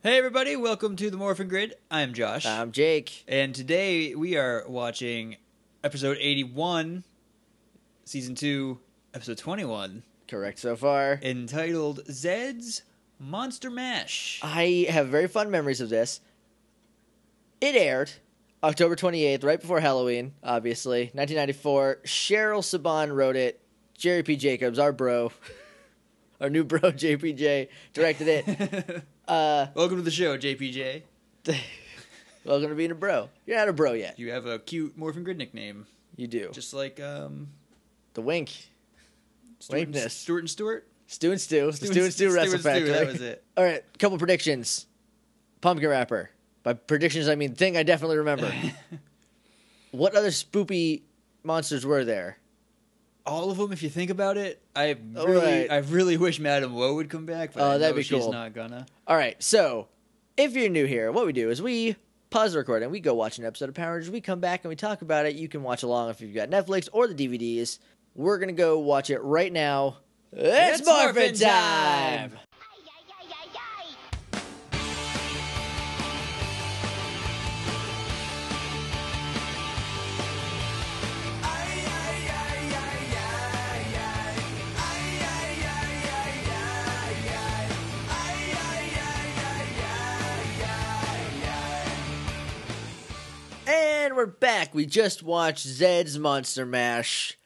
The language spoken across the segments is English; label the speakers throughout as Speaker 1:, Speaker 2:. Speaker 1: Hey everybody, welcome to the Morphin Grid. I'm Josh.
Speaker 2: I'm Um, Jake.
Speaker 1: and today we are watching episode 81, season 2, episode 21,
Speaker 2: Correct so far.
Speaker 1: entitled Zed's Monster Mash.
Speaker 2: I have very fond memories of this. It aired October 28th, right before Halloween, obviously, 1994. Cheryl Saban wrote it. Jerry P. Jacobs, our bro, our new bro, JPJ, directed it. Uh,
Speaker 1: welcome to the show, JPJ.
Speaker 2: welcome to being a bro. You're not a bro yet.
Speaker 1: You have a cute Morphin Grid nickname,
Speaker 2: You do.
Speaker 1: just like um,
Speaker 2: the wink.
Speaker 1: Stuart, and,
Speaker 2: Likeness.
Speaker 1: Stuart and Stuart.
Speaker 2: Stu and Stu. The Stu and Stu
Speaker 1: Stu and
Speaker 2: Wrestle
Speaker 1: Stu,
Speaker 2: Factory.
Speaker 1: that was it.
Speaker 2: All right, couple predictions. Pumpkin Rapper. By predictions, I mean thing I definitely remember. what other spoopy monsters were there?
Speaker 1: All of them, if you think about it. I really,
Speaker 2: right.
Speaker 1: I really wish Madame Woe would come back, but
Speaker 2: Oh,
Speaker 1: I
Speaker 2: that'd
Speaker 1: know
Speaker 2: be
Speaker 1: she's
Speaker 2: cool.
Speaker 1: not gonna.
Speaker 2: All right, so if you're new here, what we do is we pause the recording, we go watch an episode of Power Rangers, we come back and we talk about it. You can watch along if you've got Netflix or the DVDs. We're gonna go watch it right now. It's, Morphin, time!
Speaker 3: Ay, ay, ay, ay, ay.
Speaker 2: And we're back. We just watched Zed's Monster Mash.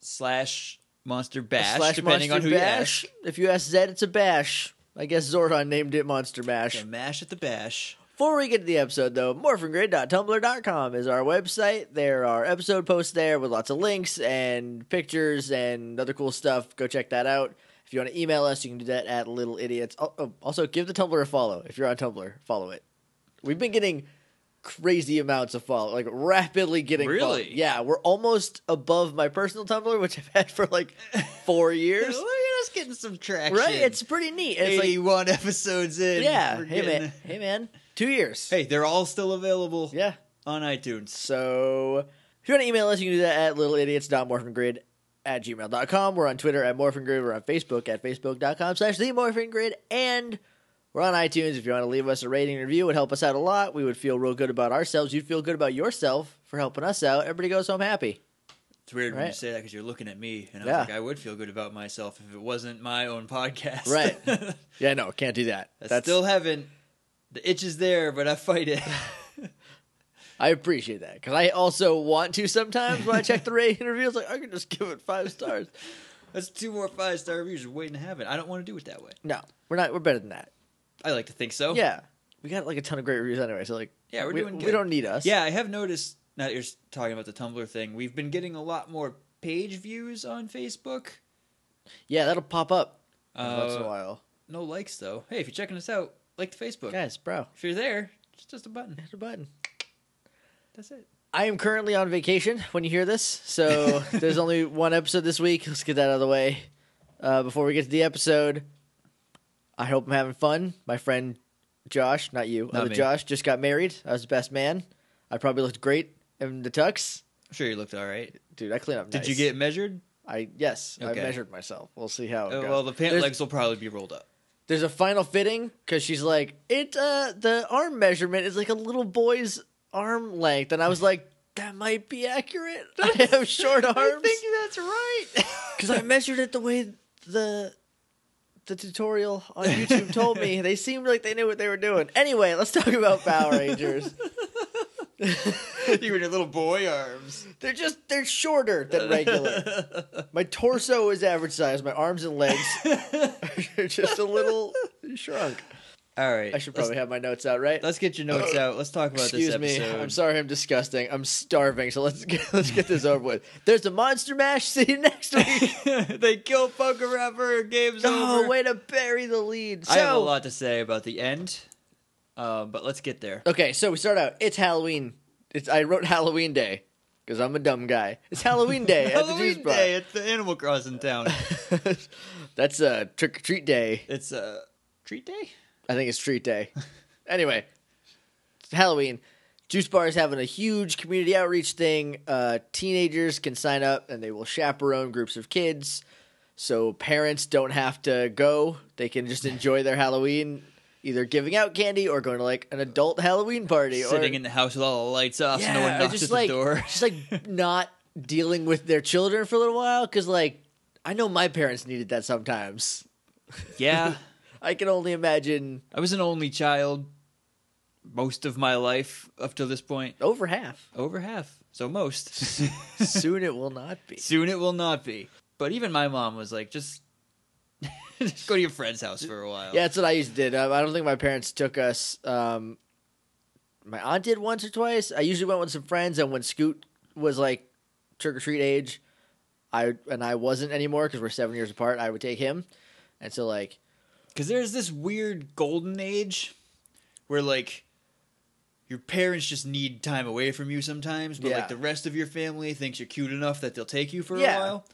Speaker 1: slash monster bash,
Speaker 2: slash
Speaker 1: depending
Speaker 2: Monster
Speaker 1: on who
Speaker 2: bash.
Speaker 1: you
Speaker 2: If you ask Zed, it's a bash. I guess Zordon named it Monster Mash.
Speaker 1: ask. The mash at the bash.
Speaker 2: Before we get to the episode, though, morphingrid.tumblr.com is our website. There are episode posts there with lots of links and pictures and other cool stuff. Go check that out. If you want to email us, you can do that at Little Idiots. Al- oh, Also, give the Tumblr a follow. If you're on Tumblr, follow it. We've been getting crazy amounts of follow, like rapidly getting. follow-
Speaker 1: Really?
Speaker 2: Yeah, we're almost above my personal Tumblr, which I've had for like four years.
Speaker 1: Look at us getting some traction.
Speaker 2: right? It's pretty neat. It's like,
Speaker 1: 81 episodes in.
Speaker 2: yeah,
Speaker 1: We're
Speaker 2: hey
Speaker 1: getting-
Speaker 2: man, hey man, two years.
Speaker 1: Hey, they're all still available
Speaker 2: Yeah.
Speaker 1: on iTunes.
Speaker 2: So if you want to email us, you can do that at littleidiots.morphingrid at gmail.com. We're on Twitter at morphingrid. We're on Facebook at facebook.com slash the morphingrid. And we're on iTunes. If you want to leave us a rating and review, it would help us out a lot. We would feel real good about ourselves. You'd feel good about yourself for helping us out. Everybody goes home happy.
Speaker 1: It's weird when you
Speaker 2: Right.
Speaker 1: say that because you're looking at me, and I
Speaker 2: Yeah.
Speaker 1: was like, I would feel good about myself if it wasn't my own podcast.
Speaker 2: Right.
Speaker 1: I
Speaker 2: Yeah, no, can't do that. That's
Speaker 1: still haven't. The itch is there, but I fight it.
Speaker 2: I appreciate that because I also want to sometimes when I check the rating and reviews, like I can just give it five stars.
Speaker 1: That's two more five star reviews waiting to happen. I don't want to do it that way.
Speaker 2: No, we're not. We're better than that.
Speaker 1: I like to think so.
Speaker 2: Yeah, we got like a ton of great reviews anyway. So like,
Speaker 1: Oh. Yeah, we're
Speaker 2: we,
Speaker 1: doing
Speaker 2: We
Speaker 1: good.
Speaker 2: don't need us.
Speaker 1: Yeah, I have noticed. Now that you're s- talking about the Tumblr thing. We've been getting a lot more page views on Facebook.
Speaker 2: yeah, that'll pop up every once in a
Speaker 1: Uh,
Speaker 2: while,
Speaker 1: no likes though. Hey, if you're checking us out, like the Facebook.
Speaker 2: guys, bro.
Speaker 1: If you're there, it's just a button.
Speaker 2: Hit the button.
Speaker 1: That's it.
Speaker 2: I am currently on vacation when you hear this, so there's only one episode this week. Let's get that out of the way uh, before we get to the episode. I hope I'm having fun. My friend Josh, not you,
Speaker 1: Not
Speaker 2: other
Speaker 1: me.
Speaker 2: Josh, just got married. I was the best man. I probably looked great in the tux,
Speaker 1: I'm sure you looked all right.
Speaker 2: dude. I clean up.
Speaker 1: Did you
Speaker 2: nice.
Speaker 1: get measured?
Speaker 2: I yes,
Speaker 1: Okay.
Speaker 2: I measured myself. We'll see how. It
Speaker 1: Oh,
Speaker 2: goes.
Speaker 1: well, the pant
Speaker 2: There's-
Speaker 1: legs will probably be rolled up.
Speaker 2: there's a final fitting because she's like it uh the arm measurement is like a little boy's arm length and i was like that might be accurate i have short arms
Speaker 1: that's right.
Speaker 2: because I, measured it the way the the tutorial on youtube told me they seemed like they knew what they were doing anyway let's talk about power rangers
Speaker 1: you were in your little boy arms.
Speaker 2: they're just they're shorter than regular my torso is average size my arms and legs are just a little shrunk
Speaker 1: all right.
Speaker 2: i should probably have my notes out right
Speaker 1: Let's, let's get your notes out. Let's talk about
Speaker 2: Excuse
Speaker 1: this
Speaker 2: me.
Speaker 1: episode.
Speaker 2: I'm sorry. I'm disgusting. I'm starving. So let's get, let's get this over with. There's a monster mash. See you next week.
Speaker 1: they kill Poker Rapper. Game's
Speaker 2: oh,
Speaker 1: over.
Speaker 2: way to bury the lead. So,
Speaker 1: I have a lot to say about the end, uh, but let's get there.
Speaker 2: Okay, so we start out. It's Halloween. It's I wrote Halloween Day because I'm a dumb guy. It's Halloween Day at the juice
Speaker 1: Halloween
Speaker 2: bar.
Speaker 1: Day at the Animal Crossing town.
Speaker 2: That's a uh, trick or treat day.
Speaker 1: it's a treat day.
Speaker 2: I think it's treat day. anyway, it's Halloween. Juice Bar is having a huge community outreach thing. Uh, teenagers can sign up and they will chaperone groups of kids. So parents don't have to go. They can just enjoy their Halloween either giving out candy or going to like an adult Halloween party
Speaker 1: Sitting
Speaker 2: or
Speaker 1: in the house with all the lights off, so
Speaker 2: yeah,
Speaker 1: no one
Speaker 2: or
Speaker 1: knocks
Speaker 2: just
Speaker 1: at
Speaker 2: like
Speaker 1: the door.
Speaker 2: just like not dealing with their children for a little while because like I know my parents needed that sometimes.
Speaker 1: yeah,
Speaker 2: I can only imagine
Speaker 1: I was an only child most of my life up till this point.
Speaker 2: over half.
Speaker 1: Over half, so most.
Speaker 2: Soon it will not be.
Speaker 1: Soon it will not be. But even my mom was like, just, just go to your friend's house for a while.
Speaker 2: Yeah, that's what I used to did. Um, I don't think my parents took us. Um, my aunt did once or twice. I usually went with some friends, and when Scoot was like trick or treat age, I and I wasn't anymore because we're seven years apart. I would take him, and so like
Speaker 1: Because there's this weird golden age where, like, your parents just need time away from you sometimes, but,
Speaker 2: Yeah.
Speaker 1: like, the rest of your family thinks you're cute enough that they'll take you for
Speaker 2: Yeah.
Speaker 1: a while.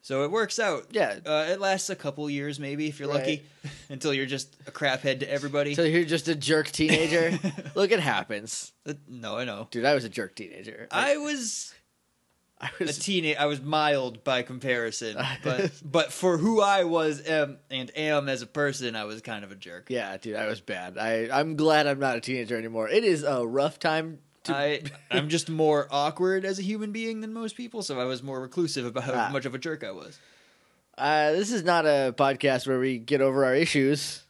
Speaker 1: So it works out.
Speaker 2: Yeah.
Speaker 1: Uh, it lasts a couple years, maybe, if you're
Speaker 2: Right.
Speaker 1: lucky, until you're just a craphead to everybody.
Speaker 2: so you're just a jerk teenager. Look, it happens,
Speaker 1: Uh, no, I know.
Speaker 2: dude. I was a jerk teenager.
Speaker 1: I was
Speaker 2: I
Speaker 1: a
Speaker 2: was
Speaker 1: teenage. I was mild by comparison, but but for who I was um, and am as a person, I was kind of a jerk.
Speaker 2: yeah, dude. I was bad. I I'm glad I'm not a teenager anymore. It is a rough time. To,
Speaker 1: I I'm just more awkward as a human being than most people, so I was more reclusive about
Speaker 2: Ah.
Speaker 1: how much of a jerk I was.
Speaker 2: uh, this is not a podcast where we get over our issues.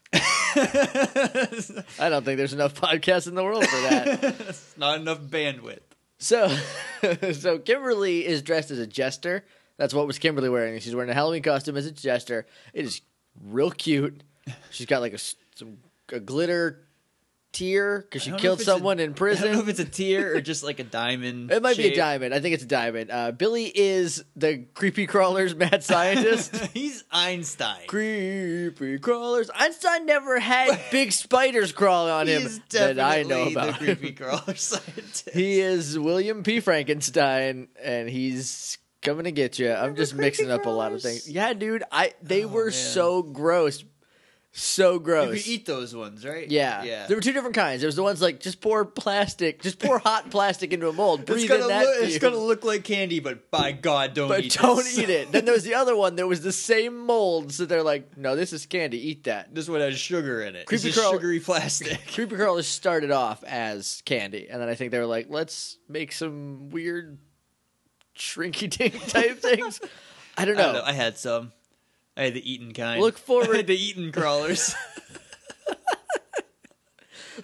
Speaker 2: I don't think there's enough podcasts in the world for that.
Speaker 1: Not enough bandwidth.
Speaker 2: so, so Kimberly is dressed as a jester. That's what was Kimberly wearing. She's wearing a Halloween costume as a jester. It is real cute. She's got like a s- some a glitter tear because she
Speaker 1: I don't know
Speaker 2: killed
Speaker 1: if it's a-
Speaker 2: someone in
Speaker 1: I don't know if
Speaker 2: prison.
Speaker 1: it's a tear or just like a diamond.
Speaker 2: It might be a
Speaker 1: shape.
Speaker 2: diamond. I think it's a diamond. Uh, Billy is the creepy crawler's mad scientist.
Speaker 1: He's Einstein.
Speaker 2: creepy crawlers. Einstein never had big spiders crawling on him
Speaker 1: He's
Speaker 2: that
Speaker 1: definitely
Speaker 2: I know about.
Speaker 1: the creepy crawler scientist.
Speaker 2: He is William P. Frankenstein, and he's coming to get you. I'm
Speaker 1: Remember
Speaker 2: just mixing up a lot of
Speaker 1: Creepycrawlers?
Speaker 2: things. Yeah, dude, I they
Speaker 1: Oh,
Speaker 2: were
Speaker 1: man.
Speaker 2: so gross, so
Speaker 1: you
Speaker 2: gross.
Speaker 1: could eat those ones, right?
Speaker 2: yeah.
Speaker 1: yeah.
Speaker 2: there were two different kinds. There was the ones like just pour plastic, just pour hot plastic into a mold,
Speaker 1: It's
Speaker 2: breathe
Speaker 1: gonna,
Speaker 2: in that.
Speaker 1: look,
Speaker 2: to
Speaker 1: it's
Speaker 2: you,
Speaker 1: gonna look like candy, but by God, don't
Speaker 2: but
Speaker 1: eat
Speaker 2: don't
Speaker 1: this.
Speaker 2: eat it. Then there was the other one that was the same mold, so they're like, no, this is candy. Eat that.
Speaker 1: This one has sugar in it.
Speaker 2: Creepy
Speaker 1: it's
Speaker 2: crawl-
Speaker 1: just sugary plastic.
Speaker 2: Creepy crawlers started off as candy, and then I think they were like, let's make some weird shrinky dink type things. I don't
Speaker 1: I
Speaker 2: know.
Speaker 1: don't know. I had some. I had the eaten kind.
Speaker 2: Look forward-
Speaker 1: I had the eaten crawlers.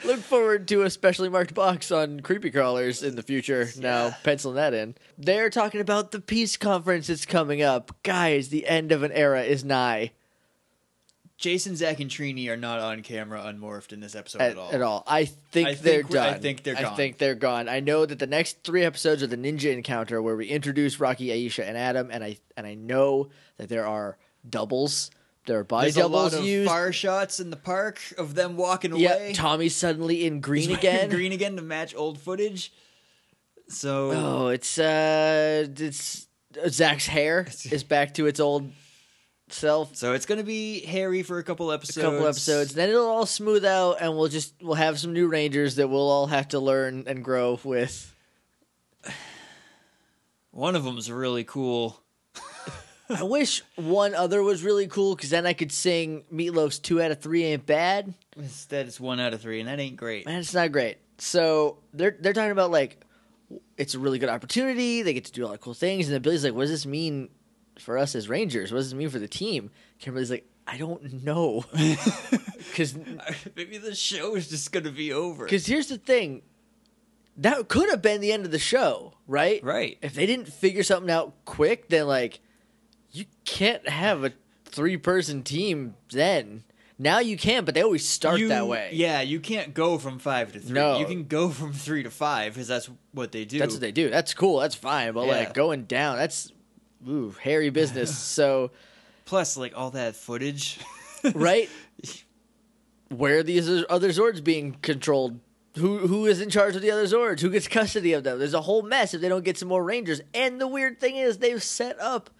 Speaker 2: Look forward to a specially marked box on creepy crawlers in the future. Now
Speaker 1: Yeah.
Speaker 2: penciling that in. They're talking about the peace conference that's coming up. Guys, the end of an era is nigh
Speaker 1: Jason, Zach, and Trini are not on camera unmorphed in this episode
Speaker 2: at,
Speaker 1: at, all.
Speaker 2: at all. I think
Speaker 1: I
Speaker 2: they're
Speaker 1: think we- I
Speaker 2: done.
Speaker 1: think they're
Speaker 2: I
Speaker 1: gone.
Speaker 2: think they're gone. I know that the next three episodes are the ninja encounter where we introduce Rocky, Aisha, and Adam, and I and I know that there are doubles. There are body
Speaker 1: There's a
Speaker 2: doubles
Speaker 1: lot of
Speaker 2: used.
Speaker 1: fire shots in the park of them walking
Speaker 2: yeah,
Speaker 1: away.
Speaker 2: Tommy's suddenly in
Speaker 1: He's
Speaker 2: green
Speaker 1: wearing
Speaker 2: again.
Speaker 1: Green again to match old footage. So
Speaker 2: Oh, it's uh, it's Zach's hair is back to its old self.
Speaker 1: so it's gonna be hairy for a couple
Speaker 2: A
Speaker 1: episodes.
Speaker 2: couple episodes, then it'll all smooth out, and we'll just we'll have some new rangers that we'll all have to learn and grow with.
Speaker 1: One of them's really cool.
Speaker 2: I wish one other was really cool because then I could sing Meatloaf's two out of three ain't bad.
Speaker 1: Instead, it's one out of three, and that ain't great.
Speaker 2: Man, it's not great. So they're they're talking about like it's a really good opportunity. They get to do a lot of cool things, and then Billy's like, "What does this mean for us as Rangers? What does this mean for the team?" Kimberly's like, "I don't know," because
Speaker 1: Maybe the show is just gonna be over.
Speaker 2: because here's the thing, that could have been the end of the show, right?
Speaker 1: Right.
Speaker 2: If they didn't figure something out quick, then like you can't have a three person team. Then now you can, but they always start
Speaker 1: You-
Speaker 2: that way.
Speaker 1: Yeah, you can't go from five to three.
Speaker 2: No.
Speaker 1: You can go from three to five because that's what they do.
Speaker 2: That's what they do. That's cool. That's fine. But
Speaker 1: Yeah.
Speaker 2: like going down, that's ooh, hairy business. so
Speaker 1: Plus, like all that footage.
Speaker 2: right, where are these other Zords being controlled? Who who is in charge of the other Zords? Who gets custody of them? There's a whole mess if they don't get some more Rangers. And the weird thing is, they've set up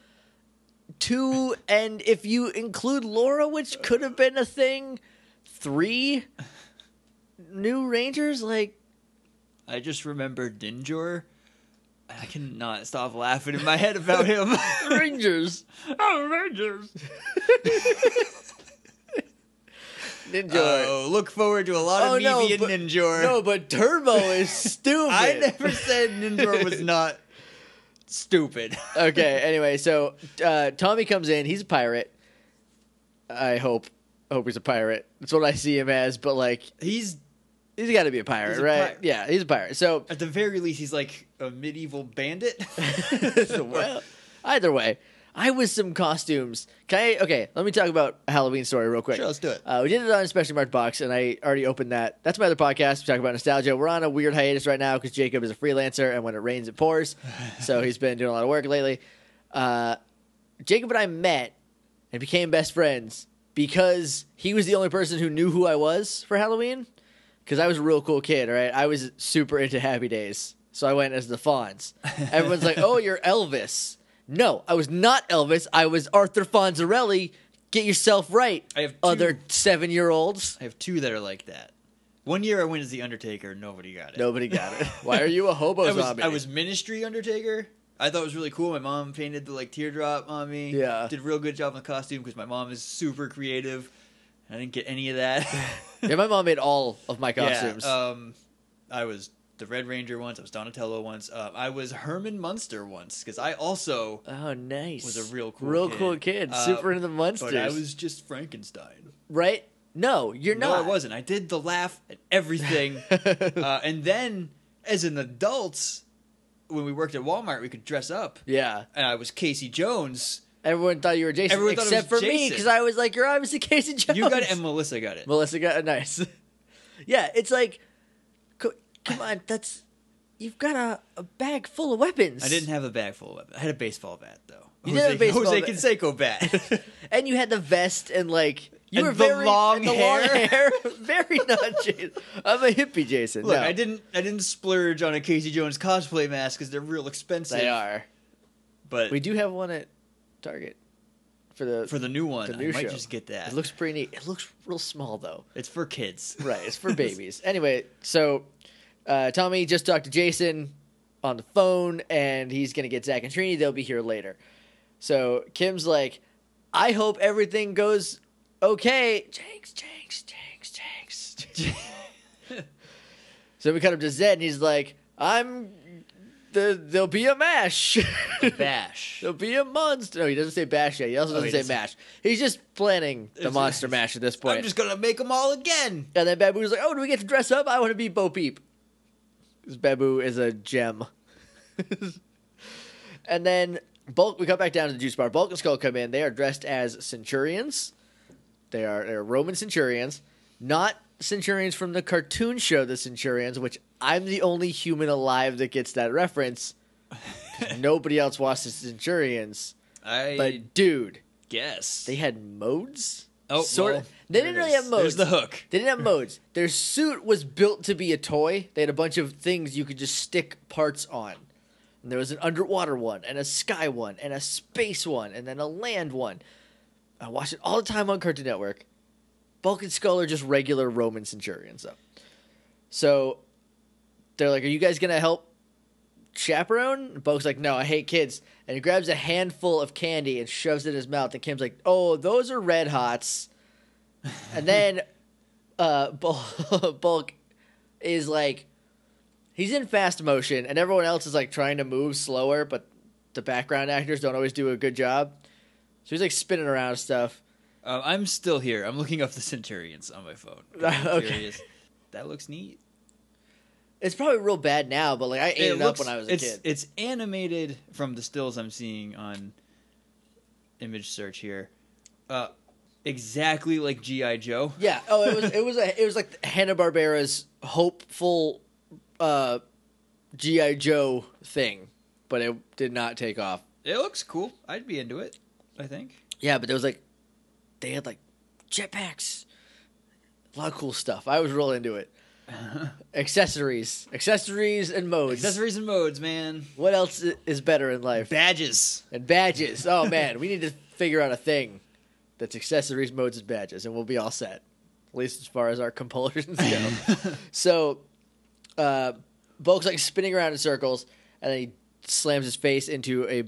Speaker 2: two, and if you include Laura, which could have been a thing, three new Rangers. Like
Speaker 1: I just remember Dinjor. I cannot stop laughing in my head about him.
Speaker 2: Rangers.
Speaker 1: oh, Rangers!
Speaker 2: Ninja.
Speaker 1: Oh, look forward to a lot of
Speaker 2: Oh,
Speaker 1: me
Speaker 2: no,
Speaker 1: being
Speaker 2: but-
Speaker 1: Ninjor.
Speaker 2: Uh, No, but Turbo is stupid.
Speaker 1: I never said Ninjor was not stupid.
Speaker 2: okay. Anyway, so uh, Tommy comes in. He's a pirate. I hope. I hope he's a pirate. That's what I see him as. But like,
Speaker 1: He's
Speaker 2: he's got to be a pirate,
Speaker 1: He's a
Speaker 2: right?
Speaker 1: pirate.
Speaker 2: Yeah, he's a pirate. So
Speaker 1: at the very least, he's like a medieval bandit.
Speaker 2: well, either way, I was some costumes. Can I, okay, let me talk about a Halloween story real quick.
Speaker 1: Sure, let's do it.
Speaker 2: Uh, we did it on Special Mark Box, and I already opened that. That's my other podcast. We talk about nostalgia. We're on a weird hiatus right now because Jacob is a freelancer, and when it rains, it pours. so he's been doing a lot of work lately. Uh, Jacob and I met and became best friends because he was the only person who knew who I was for Halloween. Because I was a real cool kid, all right? I was super into Happy Days. So I went as the Fonz. Everyone's like, oh, you're Elvis. No, I was not Elvis. I was Arthur Fonzarelli. Get yourself right,
Speaker 1: I have two-
Speaker 2: other seven year olds.
Speaker 1: I have two that are like that. One year I went as the Undertaker. Nobody got it.
Speaker 2: Nobody got it. Why are you a hobo
Speaker 1: I was,
Speaker 2: zombie?
Speaker 1: I was Ministry Undertaker. I thought it was really cool. My mom painted the like teardrop on me.
Speaker 2: Yeah.
Speaker 1: did a real good job on the costume because my mom is super creative. I didn't get any of that.
Speaker 2: yeah, my mom made all of my costumes.
Speaker 1: Yeah, um, I was the Red Ranger once. I was Donatello once. Uh, I was Herman Munster once because I also,
Speaker 2: oh, nice.
Speaker 1: was a real cool
Speaker 2: real
Speaker 1: kid.
Speaker 2: cool kid.
Speaker 1: Uh,
Speaker 2: super into the monsters.
Speaker 1: but I was just Frankenstein.
Speaker 2: right? No, you're
Speaker 1: No,
Speaker 2: not.
Speaker 1: I wasn't. I did the laugh at everything, uh, and then as an adult, when we worked at Walmart, we could dress up,
Speaker 2: yeah,
Speaker 1: and I was Casey Jones.
Speaker 2: everyone thought you were Jason,
Speaker 1: Everyone thought it
Speaker 2: except
Speaker 1: was
Speaker 2: for me
Speaker 1: Jason.
Speaker 2: because I was like, "You're obviously Casey Jones."
Speaker 1: You got it, and Melissa got it.
Speaker 2: Melissa got it. Nice. yeah, it's like, co- come on, that's you've got a, a bag full of weapons.
Speaker 1: I didn't have a bag full of weapons. I had a baseball bat, though.
Speaker 2: You did have a baseball
Speaker 1: Jose
Speaker 2: bat.
Speaker 1: Canseco bat.
Speaker 2: and you had the vest and like you
Speaker 1: And
Speaker 2: were
Speaker 1: the
Speaker 2: very
Speaker 1: long
Speaker 2: and the long
Speaker 1: hair.
Speaker 2: hair. very not Jason. I'm a hippie, Jason.
Speaker 1: Look,
Speaker 2: No.
Speaker 1: I didn't. I didn't splurge on a Casey Jones cosplay mask because they're real expensive.
Speaker 2: They are.
Speaker 1: but
Speaker 2: We do have one at Target for the
Speaker 1: for the new one,
Speaker 2: the new
Speaker 1: I might
Speaker 2: show.
Speaker 1: just get that.
Speaker 2: It looks pretty neat. It looks real small though.
Speaker 1: it's for kids,
Speaker 2: Right, it's for babies. anyway, so uh, Tommy just talked to Jason on the phone, and he's gonna get Zach and Trini. They'll be here later. So Kim's like, "I hope everything goes okay." Jinx, jinx, jinx, jinx. so we cut up to Zed, and he's like, "I'm." The, there'll be a mash.
Speaker 1: Bash.
Speaker 2: there'll be a monster. No, he doesn't say bash yet. He also
Speaker 1: Oh,
Speaker 2: doesn't
Speaker 1: he
Speaker 2: say
Speaker 1: doesn't.
Speaker 2: mash. He's just planning the
Speaker 1: It's-
Speaker 2: monster mash at this point.
Speaker 1: I'm just gonna make them all again.
Speaker 2: And then Babu was like, "Oh, do we get to dress up? I want to be Bo Peep." 'Cause Babu is a gem. and then Bulk, we come back down to the juice bar. Bulk and Skull come in. They are dressed as centurions. They are they're Roman centurions, not centurions from the cartoon show The Centurions, which I'm the only human alive that gets that reference. 'Cause Nobody else watches Centurions,
Speaker 1: I
Speaker 2: but dude,
Speaker 1: guess.
Speaker 2: they had modes.
Speaker 1: oh,
Speaker 2: Sort-
Speaker 1: well,
Speaker 2: they
Speaker 1: there
Speaker 2: didn't
Speaker 1: it
Speaker 2: really
Speaker 1: is.
Speaker 2: have modes.
Speaker 1: There's the hook.
Speaker 2: They didn't have modes. Their suit was built to be a toy. They had a bunch of things you could just stick parts on. And there was an underwater one, and a sky one, and a space one, and then a land one. I watched it all the time on Cartoon Network. Bulk and Skull are just regular Roman centurions, though. So they're like, "Are you guys gonna help chaperone?" And Bulk's like, "No, I hate kids." And he grabs a handful of candy and shoves it in his mouth. And Kim's like, "Oh, those are red hots." And then uh, Bulk, Bulk is like, he's in fast motion, and everyone else is like trying to move slower, but the background actors don't always do a good job. So he's like spinning around and stuff.
Speaker 1: Uh, I'm still here. I'm looking up the Centurions on my phone. I'm
Speaker 2: Okay.
Speaker 1: curious. That looks neat.
Speaker 2: It's probably real bad now, but like I ate it,
Speaker 1: looks-
Speaker 2: up when I was a
Speaker 1: it's,
Speaker 2: kid.
Speaker 1: It's animated from the stills I'm seeing on image search here. Uh, exactly like G.I. Joe.
Speaker 2: Yeah. Oh, it was it was a, it was like Hanna Barbera's hopeful uh, GI Joe thing, but it did not take off.
Speaker 1: It looks cool. I'd be into it, I think.
Speaker 2: Yeah, but there was like they had like jetpacks, a lot of cool stuff. I was real into it. accessories, accessories, and modes.
Speaker 1: Accessories and modes, man.
Speaker 2: What else i- is better in life?
Speaker 1: Badges.
Speaker 2: and badges. Oh man, we need to figure out a thing that's accessories, modes, and badges, and we'll be all set. At least as far as our compulsions go. so, uh, Bulk's like spinning around in circles, and then he slams his face into a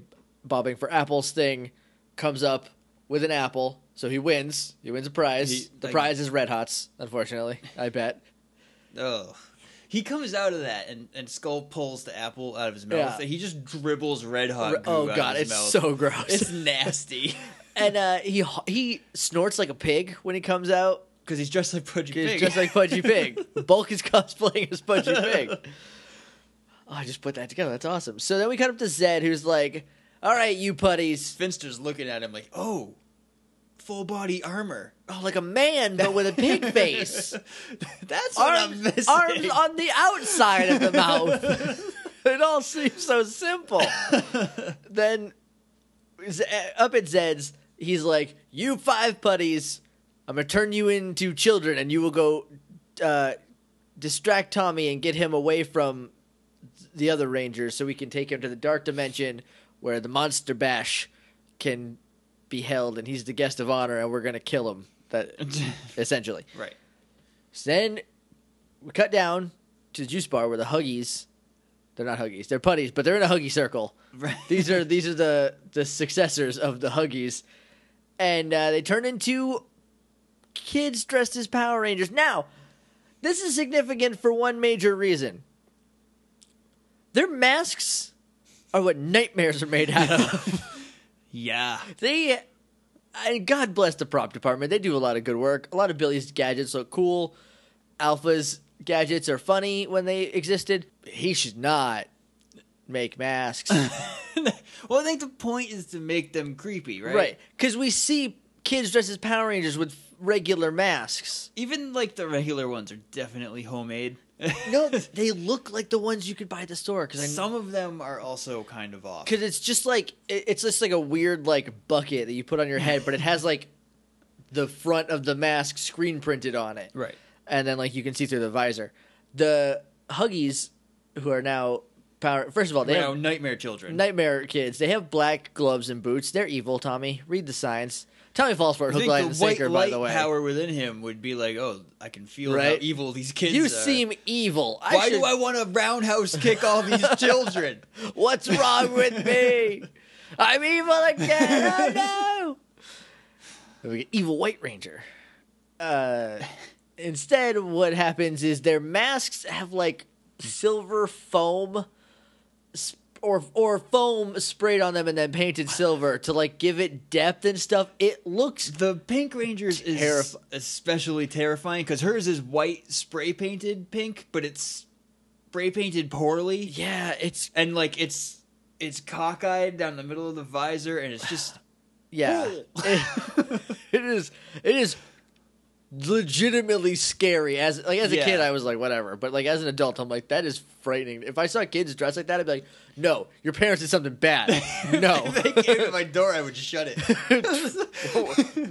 Speaker 2: bobbing for apples thing. Comes up with an apple, So he wins. He wins a prize.
Speaker 1: He-
Speaker 2: the
Speaker 1: like-
Speaker 2: prize is Red Hots, unfortunately. I bet.
Speaker 1: Oh. He comes out of that and, and Skull pulls the apple out of his mouth.
Speaker 2: Yeah.
Speaker 1: And he just dribbles red hot
Speaker 2: Re-
Speaker 1: goo
Speaker 2: oh
Speaker 1: out
Speaker 2: god,
Speaker 1: of his
Speaker 2: it's
Speaker 1: mouth.
Speaker 2: so gross.
Speaker 1: It's nasty.
Speaker 2: and uh, he he snorts like a pig when he comes out.
Speaker 1: Because he's dressed like Pudgy
Speaker 2: He's
Speaker 1: Pig.
Speaker 2: just like Pudgy Pig. Bulk is cosplaying as Pudgy Pig. Oh, I just put that together. That's awesome. So then we cut up to Zed, who's like, "All right, you putties,
Speaker 1: Finster's looking at him like, oh, full body armor.
Speaker 2: oh, like a man but with a pig face,
Speaker 1: That's what I'm
Speaker 2: arms,
Speaker 1: missing.
Speaker 2: arms on the outside of the mouth." it all seems so simple. then Z- up at Zed's, he's like, "You five putties, I'm gonna turn you into children, and you will go uh, distract Tommy and get him away from the other Rangers, so we can take him to the dark dimension where the Monster Bash can be held, and he's the guest of honor, and we're gonna kill him." That essentially.
Speaker 1: right.
Speaker 2: So then we cut down to the juice bar where the Huggies, they're not Huggies, they're putties, but they're in a Huggy circle.
Speaker 1: Right.
Speaker 2: These are these are the the successors of the Huggies, and uh, they turn into kids dressed as Power Rangers. Now, this is significant for one major reason. Their masks are what nightmares are made out of.
Speaker 1: Yeah.
Speaker 2: They, I, God bless the prop department. They do a lot of good work. A lot of Billy's gadgets look cool. Alpha's gadgets are funny when they existed. He should not make masks,
Speaker 1: well, I think the point is to make them creepy, right?
Speaker 2: right? Because we see kids dressed as Power Rangers with regular masks.
Speaker 1: Even like the regular ones are definitely homemade.
Speaker 2: No, they look like the ones you could buy at the store. Because
Speaker 1: some of them are also kind of off.
Speaker 2: because it's just like it- it's just like a weird like bucket that you put on your head, but it has like the front of the mask screen printed on it.
Speaker 1: Right.
Speaker 2: and then like you can see through the visor. The Huggies, who are now power. First of all, they
Speaker 1: Right,
Speaker 2: have
Speaker 1: oh, nightmare children.
Speaker 2: nightmare kids. They have black gloves and boots. They're evil. Tommy, read the signs. Tommy falls for it.
Speaker 1: I
Speaker 2: Hook,
Speaker 1: think
Speaker 2: line, and
Speaker 1: the white
Speaker 2: sinker. By
Speaker 1: light
Speaker 2: the way,
Speaker 1: power within him would be like, oh, I can feel how
Speaker 2: Right?
Speaker 1: evil these kids
Speaker 2: you
Speaker 1: are.
Speaker 2: seem evil. I
Speaker 1: Why
Speaker 2: should-
Speaker 1: do I want to roundhouse kick all these children?
Speaker 2: What's wrong with me? I'm evil again. Oh no! We get evil White Ranger. Uh, instead, what happens is their masks have like silver foam, sp- or or foam sprayed on them and then painted silver to like give it depth and stuff. It looks
Speaker 1: The Pink Rangers is
Speaker 2: Terrif-
Speaker 1: especially terrifying because hers is white spray painted pink, but it's spray painted poorly.
Speaker 2: yeah, it's
Speaker 1: and like it's it's cockeyed down the middle of the visor, and it's just
Speaker 2: yeah. it is it is legitimately scary as like as a
Speaker 1: Yeah.
Speaker 2: kid I was like whatever but like as an adult I'm like that is frightening if I saw kids dressed like that I'd be like no your parents did something bad no
Speaker 1: if they came to my door, I would shut it.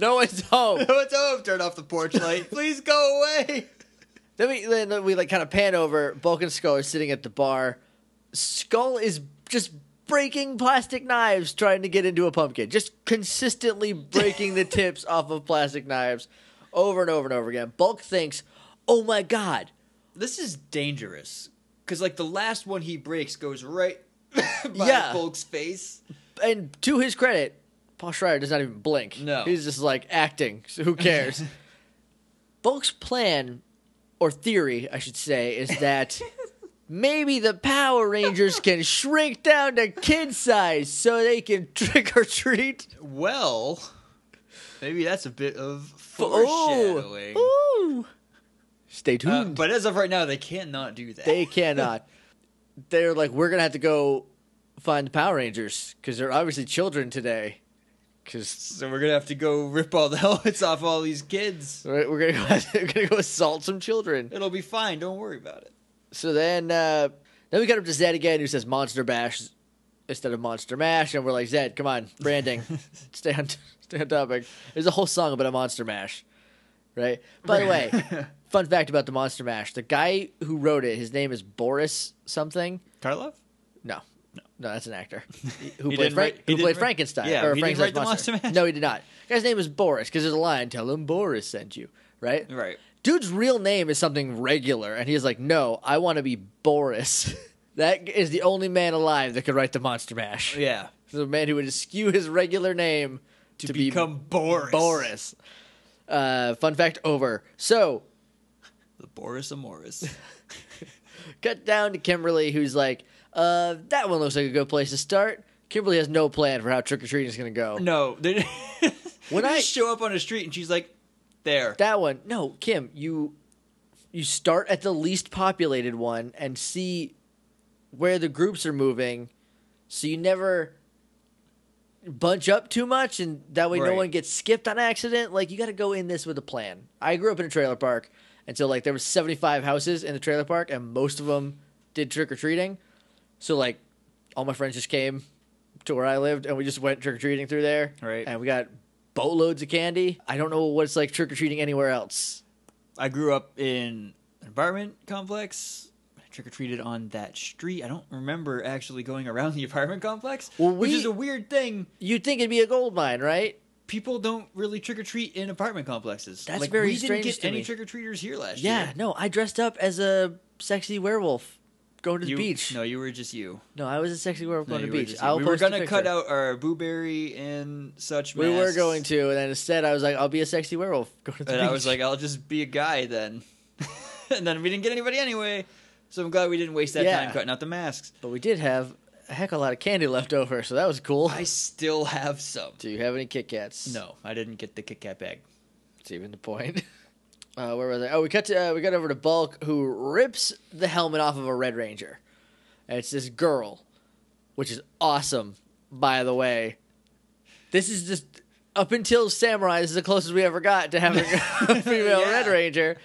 Speaker 2: no one's home
Speaker 1: What's up? Turn off the porch light. Please go away.
Speaker 2: then we then we like kind of pan over Bulk and Skull are sitting at the bar Skull is just breaking plastic knives trying to get into a pumpkin just consistently breaking the tips off of plastic knives over and over and over again Bulk thinks oh my god
Speaker 1: This is dangerous because like the last one he breaks goes right by
Speaker 2: Yeah.
Speaker 1: Bulk's face.
Speaker 2: and to his credit, Paul Schreier does not even blink.
Speaker 1: No.
Speaker 2: he's just like acting. So who cares? Bulk's plan, or theory, I should say, is that maybe the Power Rangers can shrink down to kid size so they can trick or treat.
Speaker 1: Well, maybe that's a bit of oh, foreshadowing.
Speaker 2: Ooh. Stay tuned.
Speaker 1: Uh, but as of right now, they cannot do that.
Speaker 2: They cannot. they're like, we're gonna have to go find the Power Rangers because they're obviously children today. Because
Speaker 1: so we're gonna have to go rip all the helmets off all these kids.
Speaker 2: Right, we're gonna go, we're gonna go assault some children.
Speaker 1: It'll be fine. Don't worry about it.
Speaker 2: So then, uh, then we got up to Zed again, who says Monster Bash instead of Monster Mash, and we're like, Zed, come on, branding, stay on, stay on topic. There's a whole song about a Monster Mash, right? By the way, fun fact about the Monster Mash: the guy who wrote it, his name is Boris something.
Speaker 1: Karloff.
Speaker 2: No. No, that's an actor who
Speaker 1: He
Speaker 2: played
Speaker 1: didn't
Speaker 2: Frank,
Speaker 1: write- he
Speaker 2: who
Speaker 1: didn't
Speaker 2: played
Speaker 1: write-
Speaker 2: Frankenstein.
Speaker 1: Yeah,
Speaker 2: or
Speaker 1: he didn't
Speaker 2: Frankenstein's
Speaker 1: write the Monster Mash.
Speaker 2: No, he did not. guy's name is Boris because there's a line. Tell him Boris sent you. Right.
Speaker 1: Right.
Speaker 2: Dude's real name is something regular, and he's like, "No, I want to be Boris." that is the only man alive that could write the Monster Mash.
Speaker 1: Yeah.
Speaker 2: The man who would eschew his regular name
Speaker 1: to,
Speaker 2: To be
Speaker 1: become Boris.
Speaker 2: Boris. Uh, fun fact over. So
Speaker 1: The Boris of Morris.
Speaker 2: cut down to Kimberly, who's like, uh, that one looks like a good place to start. Kimberly has no plan for how trick or treating is going to go.
Speaker 1: no. they-
Speaker 2: When
Speaker 1: they
Speaker 2: I-
Speaker 1: just show up on a street and she's like, there.
Speaker 2: That one, no, Kim, you you start at the least populated one and see where the groups are moving, so you never bunch up too much, and that way no
Speaker 1: Right.
Speaker 2: one gets skipped on accident. Like you got to go in this with a plan. I grew up in a trailer park, and so like there were seventy five houses in the trailer park, and most of them did trick or treating. So like all my friends just came to where I lived, and we just went trick or treating through there.
Speaker 1: Right.
Speaker 2: and we got boatloads of candy. I don't know what it's like trick or treating anywhere else.
Speaker 1: I grew up in an apartment complex. I trick or treated on that street. I don't remember actually going around the apartment complex,
Speaker 2: Well,
Speaker 1: which
Speaker 2: we-
Speaker 1: is a weird thing.
Speaker 2: You'd think it'd be a gold mine, right?
Speaker 1: People don't really trick or treat in apartment complexes.
Speaker 2: That's
Speaker 1: Like,
Speaker 2: very
Speaker 1: We didn't
Speaker 2: strange
Speaker 1: get
Speaker 2: to
Speaker 1: any
Speaker 2: me.
Speaker 1: trick or treaters here last
Speaker 2: Yeah.
Speaker 1: year.
Speaker 2: No, I dressed up as a sexy werewolf going to the
Speaker 1: You-
Speaker 2: beach.
Speaker 1: No, you were just you.
Speaker 2: No, I was a sexy werewolf
Speaker 1: No,
Speaker 2: going to
Speaker 1: you
Speaker 2: the
Speaker 1: were
Speaker 2: beach.
Speaker 1: just you.
Speaker 2: I'll
Speaker 1: we were
Speaker 2: post
Speaker 1: gonna
Speaker 2: a
Speaker 1: cut
Speaker 2: picture.
Speaker 1: out our blueberry and such.
Speaker 2: We were
Speaker 1: masks,
Speaker 2: going to, and then instead I was like, I'll be a sexy werewolf. Go to the
Speaker 1: and
Speaker 2: beach.
Speaker 1: I was like, I'll just be a guy then. and then we didn't get anybody anyway. So I'm glad we didn't waste that
Speaker 2: Yeah.
Speaker 1: time cutting out the masks.
Speaker 2: but we did have a heck of a lot of candy left over, so that was cool.
Speaker 1: I still have some.
Speaker 2: Do you have any Kit Kats?
Speaker 1: No, I didn't get the Kit Kat bag.
Speaker 2: That's even the point. Uh, where was I? Oh, we cut to, uh, we got over to Bulk, who rips the helmet off of a Red Ranger. And it's this girl, which is awesome, by the way. This is just up until Samurai. This is the closest we ever got to having a female
Speaker 1: Yeah.
Speaker 2: Red Ranger.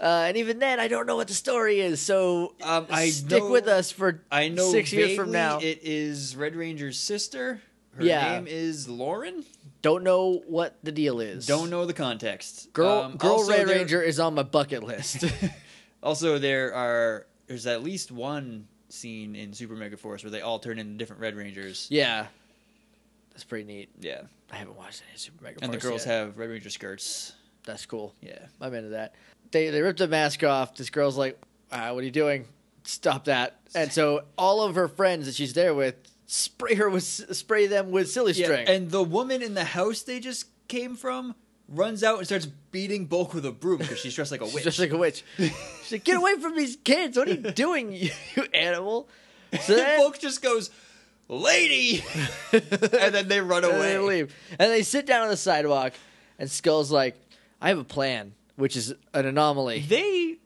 Speaker 2: Uh, and even then, I don't know what the story is. So
Speaker 1: Um, I
Speaker 2: stick
Speaker 1: know-
Speaker 2: with us for
Speaker 1: I know
Speaker 2: six years from
Speaker 1: vaguely
Speaker 2: now.
Speaker 1: it is Red Ranger's sister. Her
Speaker 2: Yeah.
Speaker 1: name is Lauren.
Speaker 2: don't know what the deal is.
Speaker 1: Don't know the context.
Speaker 2: Girl,
Speaker 1: Um,
Speaker 2: girl
Speaker 1: also
Speaker 2: Red
Speaker 1: there-
Speaker 2: Ranger is on my bucket list.
Speaker 1: Also, there are there's at least one scene in Super Mega Force where they all turn into different Red Rangers.
Speaker 2: yeah, that's pretty neat.
Speaker 1: Yeah,
Speaker 2: I haven't watched any Super Mega
Speaker 1: and the
Speaker 2: Force
Speaker 1: girls
Speaker 2: yet.
Speaker 1: have Red Ranger skirts.
Speaker 2: That's cool.
Speaker 1: Yeah,
Speaker 2: I'm into that. They they ripped the mask off. This girl's like, ah, "What are you doing? Stop that!" And so all of her friends that she's there with spray her with spray them with silly string.
Speaker 1: And the woman in the house they just came from runs out and starts beating Bulk with a broom because she's dressed like a
Speaker 2: She's
Speaker 1: witch.
Speaker 2: just like a witch. She's like, "Get away from these kids! What are you doing, you, you animal?" So then,
Speaker 1: Bulk just goes, "Lady," and then they run
Speaker 2: and
Speaker 1: away.
Speaker 2: they leave, and they sit down on the sidewalk, and Skull's like, "I have a plan," which is an anomaly.
Speaker 1: They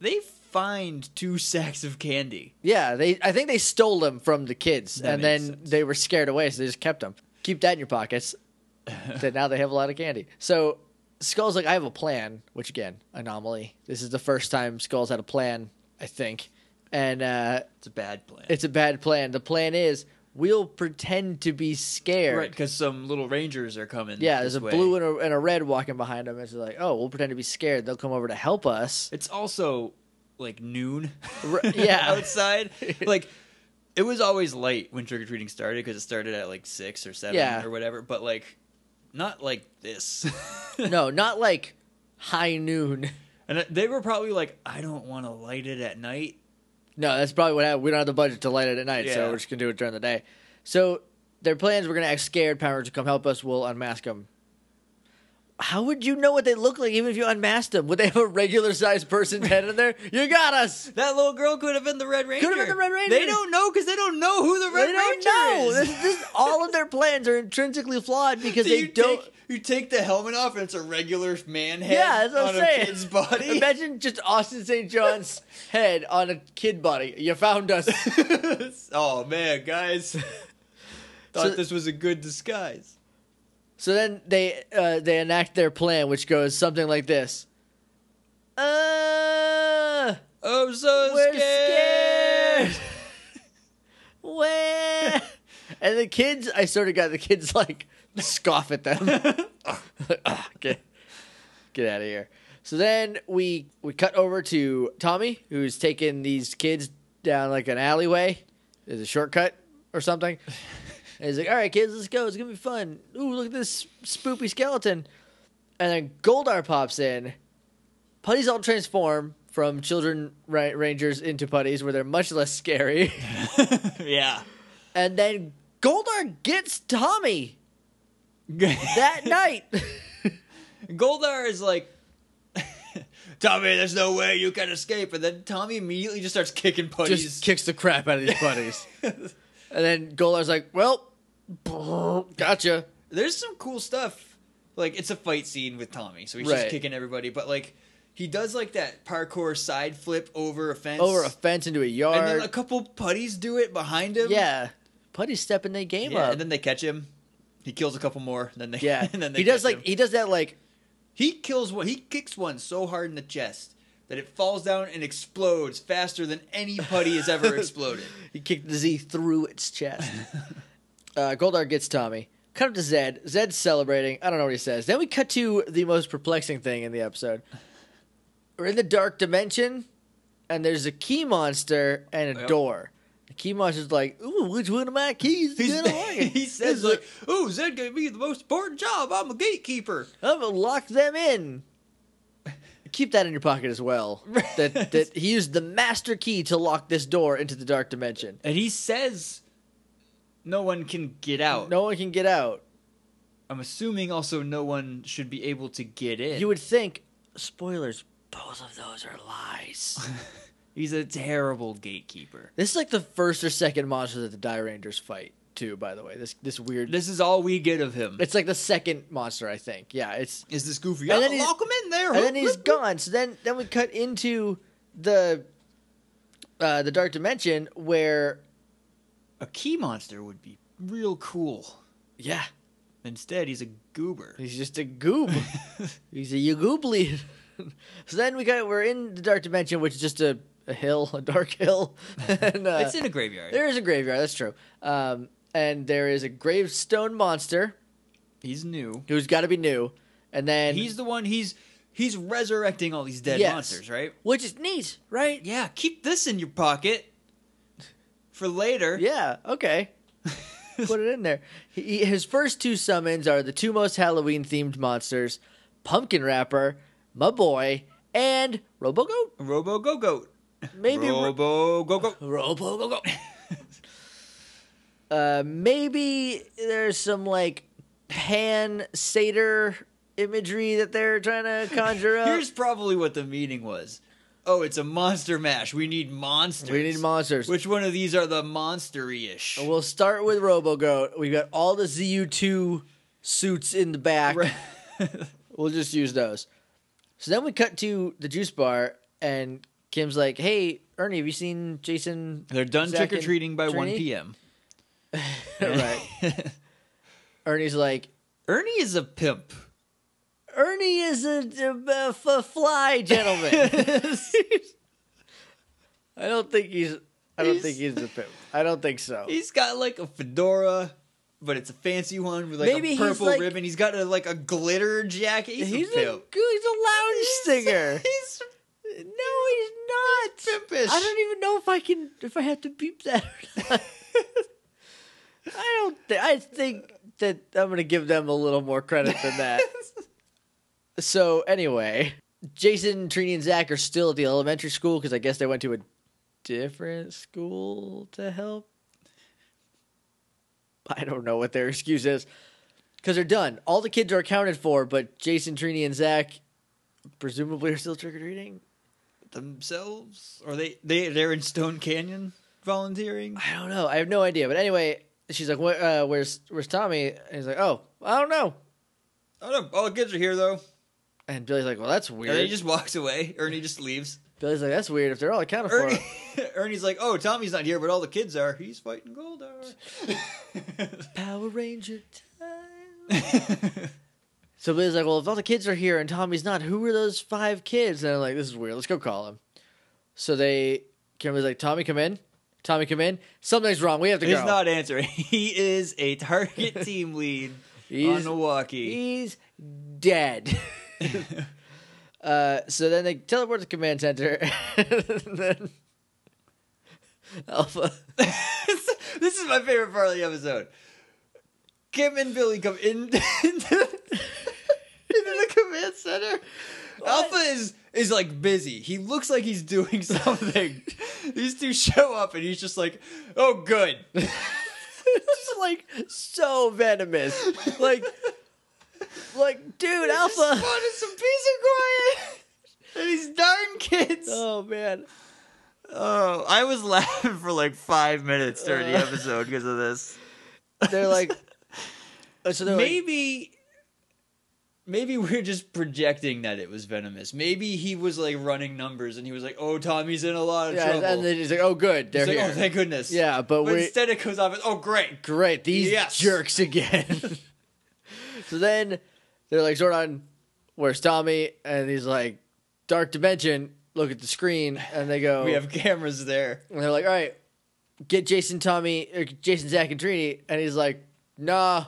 Speaker 1: they find two sacks of candy.
Speaker 2: Yeah, they. I think they stole them from the kids,
Speaker 1: That
Speaker 2: and then
Speaker 1: makes sense.
Speaker 2: they were scared away, so they just kept them. Keep that in your pockets. so now they have a lot of candy. So Skull's like, I have a plan, which again, anomaly. This is the first time Skull's had a plan, I think, and uh,
Speaker 1: It's a bad plan,
Speaker 2: it's a bad plan. The plan is we'll pretend to be scared.
Speaker 1: right? Because some little rangers are coming.
Speaker 2: Yeah,
Speaker 1: this
Speaker 2: there's a
Speaker 1: way.
Speaker 2: blue and a, and a red walking behind them, and it's like, oh, we'll pretend to be scared. They'll come over to help us.
Speaker 1: It's also like noon.
Speaker 2: R- yeah.
Speaker 1: outside. Like it was always light when trick or treating started because it started at like six or seven
Speaker 2: Yeah.
Speaker 1: or whatever. But like, not like this.
Speaker 2: no, not like high noon.
Speaker 1: and uh, they were probably like, I don't want to light it at night.
Speaker 2: No, that's probably what happened. We don't have the budget to light it at night, so
Speaker 1: Yeah.
Speaker 2: we're just gonna do it during the day. So their plans: we're gonna act scared. Power Rangers come help us. We'll unmask them. How would you know what they look like, even if you unmasked them? Would they have a regular sized person's head in there? You got us.
Speaker 1: That little girl could have been the Red Ranger.
Speaker 2: Could have been the Red Ranger.
Speaker 1: They don't know because they don't know who the Red
Speaker 2: they don't
Speaker 1: Ranger
Speaker 2: know.
Speaker 1: is.
Speaker 2: This, this, all of their plans are intrinsically flawed because
Speaker 1: So
Speaker 2: they
Speaker 1: you
Speaker 2: don't.
Speaker 1: Take, you take the helmet off and it's a regular man head.
Speaker 2: yeah, that's what
Speaker 1: on
Speaker 2: I'm
Speaker 1: a
Speaker 2: saying.
Speaker 1: kid's body.
Speaker 2: Imagine just Austin St. John's head on a kid body. You found us.
Speaker 1: oh man, guys. Thought
Speaker 2: So-
Speaker 1: this was a good disguise.
Speaker 2: So then they uh, they enact their plan, which goes something like this. Uh,
Speaker 1: I'm so
Speaker 2: we're
Speaker 1: scared.
Speaker 2: scared. Where? and the kids, I sort of got the kids like scoff at them. Ah, get get out of here. So then we we cut over to Tommy, who's taking these kids down like an alleyway. There's a shortcut or something. And he's like, all right, kids, let's go. It's going to be fun. Ooh, look at this spoopy skeleton. And then Goldar pops in. Putties all transform from children ra- rangers into putties where they're much less scary.
Speaker 1: yeah.
Speaker 2: and then Goldar gets Tommy. that night.
Speaker 1: Goldar is like, Tommy, there's no way you can escape. And then Tommy immediately just starts kicking putties.
Speaker 2: just kicks the crap out of these buddies. and then Golar's like, well, gotcha.
Speaker 1: there's some cool stuff. Like it's a fight scene with Tommy, so he's
Speaker 2: Right.
Speaker 1: just kicking everybody. But like he does like that parkour side flip over a fence,
Speaker 2: Over a fence into a
Speaker 1: and then a
Speaker 2: yard.
Speaker 1: couple putties do it behind him.
Speaker 2: Yeah. Putty's stepping the game
Speaker 1: yeah.
Speaker 2: up.
Speaker 1: And then they catch him. He kills a couple more. Then they
Speaker 2: yeah.
Speaker 1: and then they
Speaker 2: he does
Speaker 1: catch
Speaker 2: like
Speaker 1: him.
Speaker 2: he does that like
Speaker 1: he kills one. He kicks one so hard in the chest that it falls down and explodes faster than any putty has ever exploded.
Speaker 2: He kicked the Z through its chest. uh, Goldar gets Tommy. Cut up to Zed. Zed's celebrating. I don't know what he says. Then we cut to the most perplexing thing in the episode. We're in the dark dimension, and there's a key monster and a
Speaker 1: Yep.
Speaker 2: door. The key monster's like, "Ooh, which one of my keys is
Speaker 1: He's-
Speaker 2: gonna work?"
Speaker 1: he says
Speaker 2: It's like,
Speaker 1: like, "Ooh, Zed gave me the most important job. I'm a gatekeeper."
Speaker 2: "I'm gonna lock them in." Keep that in your pocket as well. that that he used the master key to lock this door into the dark dimension.
Speaker 1: And he says no one can get out.
Speaker 2: No one can get out.
Speaker 1: I'm assuming also no one should be able to get in.
Speaker 2: You would think spoilers. Both of those are lies.
Speaker 1: He's a terrible gatekeeper.
Speaker 2: this is like the first or second monster that the Die Rangers fight too. By the way, this this weird.
Speaker 1: This is all we get of him.
Speaker 2: it's like the second monster, I think. Yeah, it's
Speaker 1: Is this goofy?
Speaker 2: And
Speaker 1: And
Speaker 2: then
Speaker 1: then
Speaker 2: he's-
Speaker 1: lock him in there.
Speaker 2: and then he's gone. So then then we cut into the uh, the dark dimension where
Speaker 1: A key monster would be real cool.
Speaker 2: yeah
Speaker 1: Instead, he's a goober.
Speaker 2: he's just a goob. he's a yagoobly. so then we got we're in the dark dimension, which is just a, a hill, a dark hill. and, uh,
Speaker 1: it's in a graveyard.
Speaker 2: There is a graveyard. That's true. Um, and there is a gravestone monster
Speaker 1: He's new.
Speaker 2: who's got to be new. And then
Speaker 1: he's the one. He's he's resurrecting all these dead
Speaker 2: Yes.
Speaker 1: monsters, right?
Speaker 2: which is neat, right?
Speaker 1: Yeah. Keep this in your pocket for later.
Speaker 2: Yeah. Okay. Put it in there. He, he- his first two summons are the two most Halloween themed monsters: Pumpkin Wrapper, my boy, and RoboGoat.
Speaker 1: Robo go goat.
Speaker 2: Maybe Ro-
Speaker 1: Robo go goat.
Speaker 2: RoboGoat. Uh, maybe there's some like pan satyr imagery that they're trying to conjure up.
Speaker 1: Here's probably what the meeting was. Oh, it's a monster mash. We need monsters.
Speaker 2: We need monsters.
Speaker 1: Which one of these are the monstery-ish?
Speaker 2: We'll start with RoboGoat. We've got all the ZU2 suits in the back.
Speaker 1: Right.
Speaker 2: We'll just use those. So then we cut to the juice bar, and Kim's like, "Hey, Ernie, have you seen Jason?"
Speaker 1: They're done
Speaker 2: Zack and
Speaker 1: trick or treating by one
Speaker 2: Trini?"
Speaker 1: p.m.
Speaker 2: right. Ernie's like,
Speaker 1: Ernie is a pimp.
Speaker 2: "Ernie is a, a- a f- fly gentleman." I don't think he's. I don't
Speaker 1: He's-
Speaker 2: think he's a pimp. I don't think so.
Speaker 1: He's got like a fedora, but it's a fancy one with like
Speaker 2: Maybe
Speaker 1: a
Speaker 2: he's
Speaker 1: purple
Speaker 2: like-
Speaker 1: ribbon. He's got a, like a glitter jacket. He's,
Speaker 2: He's
Speaker 1: a
Speaker 2: a,
Speaker 1: pimp.
Speaker 2: he's a lounge singer.
Speaker 1: He's
Speaker 2: No, he's not.
Speaker 1: pimpish.
Speaker 2: I don't even know if I can if I have to beep that. Or not. I don't. Th- I think that I'm gonna give them a little more credit than that. so anyway, Jason, Trini, and Zach are still at the elementary school because I guess they went to a different school to help. I don't know what their excuse is because they're done. All the kids are accounted for, but Jason, Trini, and Zach presumably are still trick or treating.
Speaker 1: themselves, or they they they're in Stone Canyon volunteering.
Speaker 2: I don't know. I have no idea. But anyway, she's like, Where, uh, "Where's where's Tommy?" And he's like, "Oh, I don't know."
Speaker 1: I don't know. All the kids are here though.
Speaker 2: And Billy's like, "Well, that's
Speaker 1: And
Speaker 2: weird."
Speaker 1: then he just walks away. Ernie just leaves.
Speaker 2: Billy's like, "That's weird. If they're all accounted for,
Speaker 1: Ernie, Ernie's like, oh, Tommy's not here, but all the kids are. He's fighting Goldar.
Speaker 2: Power Ranger time." so Billy's like, "Well, if all the kids are here and Tommy's not, who were those five kids?" And I'm like, "This is weird. Let's go call him." So they, Kimberly's like, "Tommy, come in. Tommy, come in. Something's wrong. We have to
Speaker 1: He's
Speaker 2: go."
Speaker 1: not answering. He is a target team lead
Speaker 2: He's-
Speaker 1: on Milwaukee.
Speaker 2: He's dead. uh, so then they teleport to command center, and then Alpha.
Speaker 1: this is my favorite part of the episode. Kim and Billy come in into, the- into the command center. Alpha is is like busy. He looks like he's doing something. These two show up and he's just like, "Oh, good."
Speaker 2: It's just like so venomous. Like Like, dude,
Speaker 1: Just
Speaker 2: Alpha.
Speaker 1: wanted some peace and quiet. and these darn kids.
Speaker 2: Oh man.
Speaker 1: Oh, I was laughing for like five minutes during the
Speaker 2: Uh.
Speaker 1: episode because of this.
Speaker 2: They're like Oh, so they're like,
Speaker 1: maybe, maybe we're just projecting that it was venomous. Maybe he was like running numbers, and he was like, "Oh, Tommy's in a lot of
Speaker 2: yeah,
Speaker 1: trouble."
Speaker 2: and- and then he's like, "Oh, good, they're
Speaker 1: He's like,
Speaker 2: here."
Speaker 1: "Oh, thank goodness."
Speaker 2: yeah, but,
Speaker 1: But
Speaker 2: we
Speaker 1: instead, it comes off as, "Oh, great."
Speaker 2: great these
Speaker 1: Yes.
Speaker 2: jerks again." so then they're like, "Zordon, where's Tommy?" And he's like, "Dark dimension." Look at the screen, and they go,
Speaker 1: We have cameras there.
Speaker 2: And they're like, all right, get Jason, Tommy, or Jason, Zach, and Trini. And he's like, nah,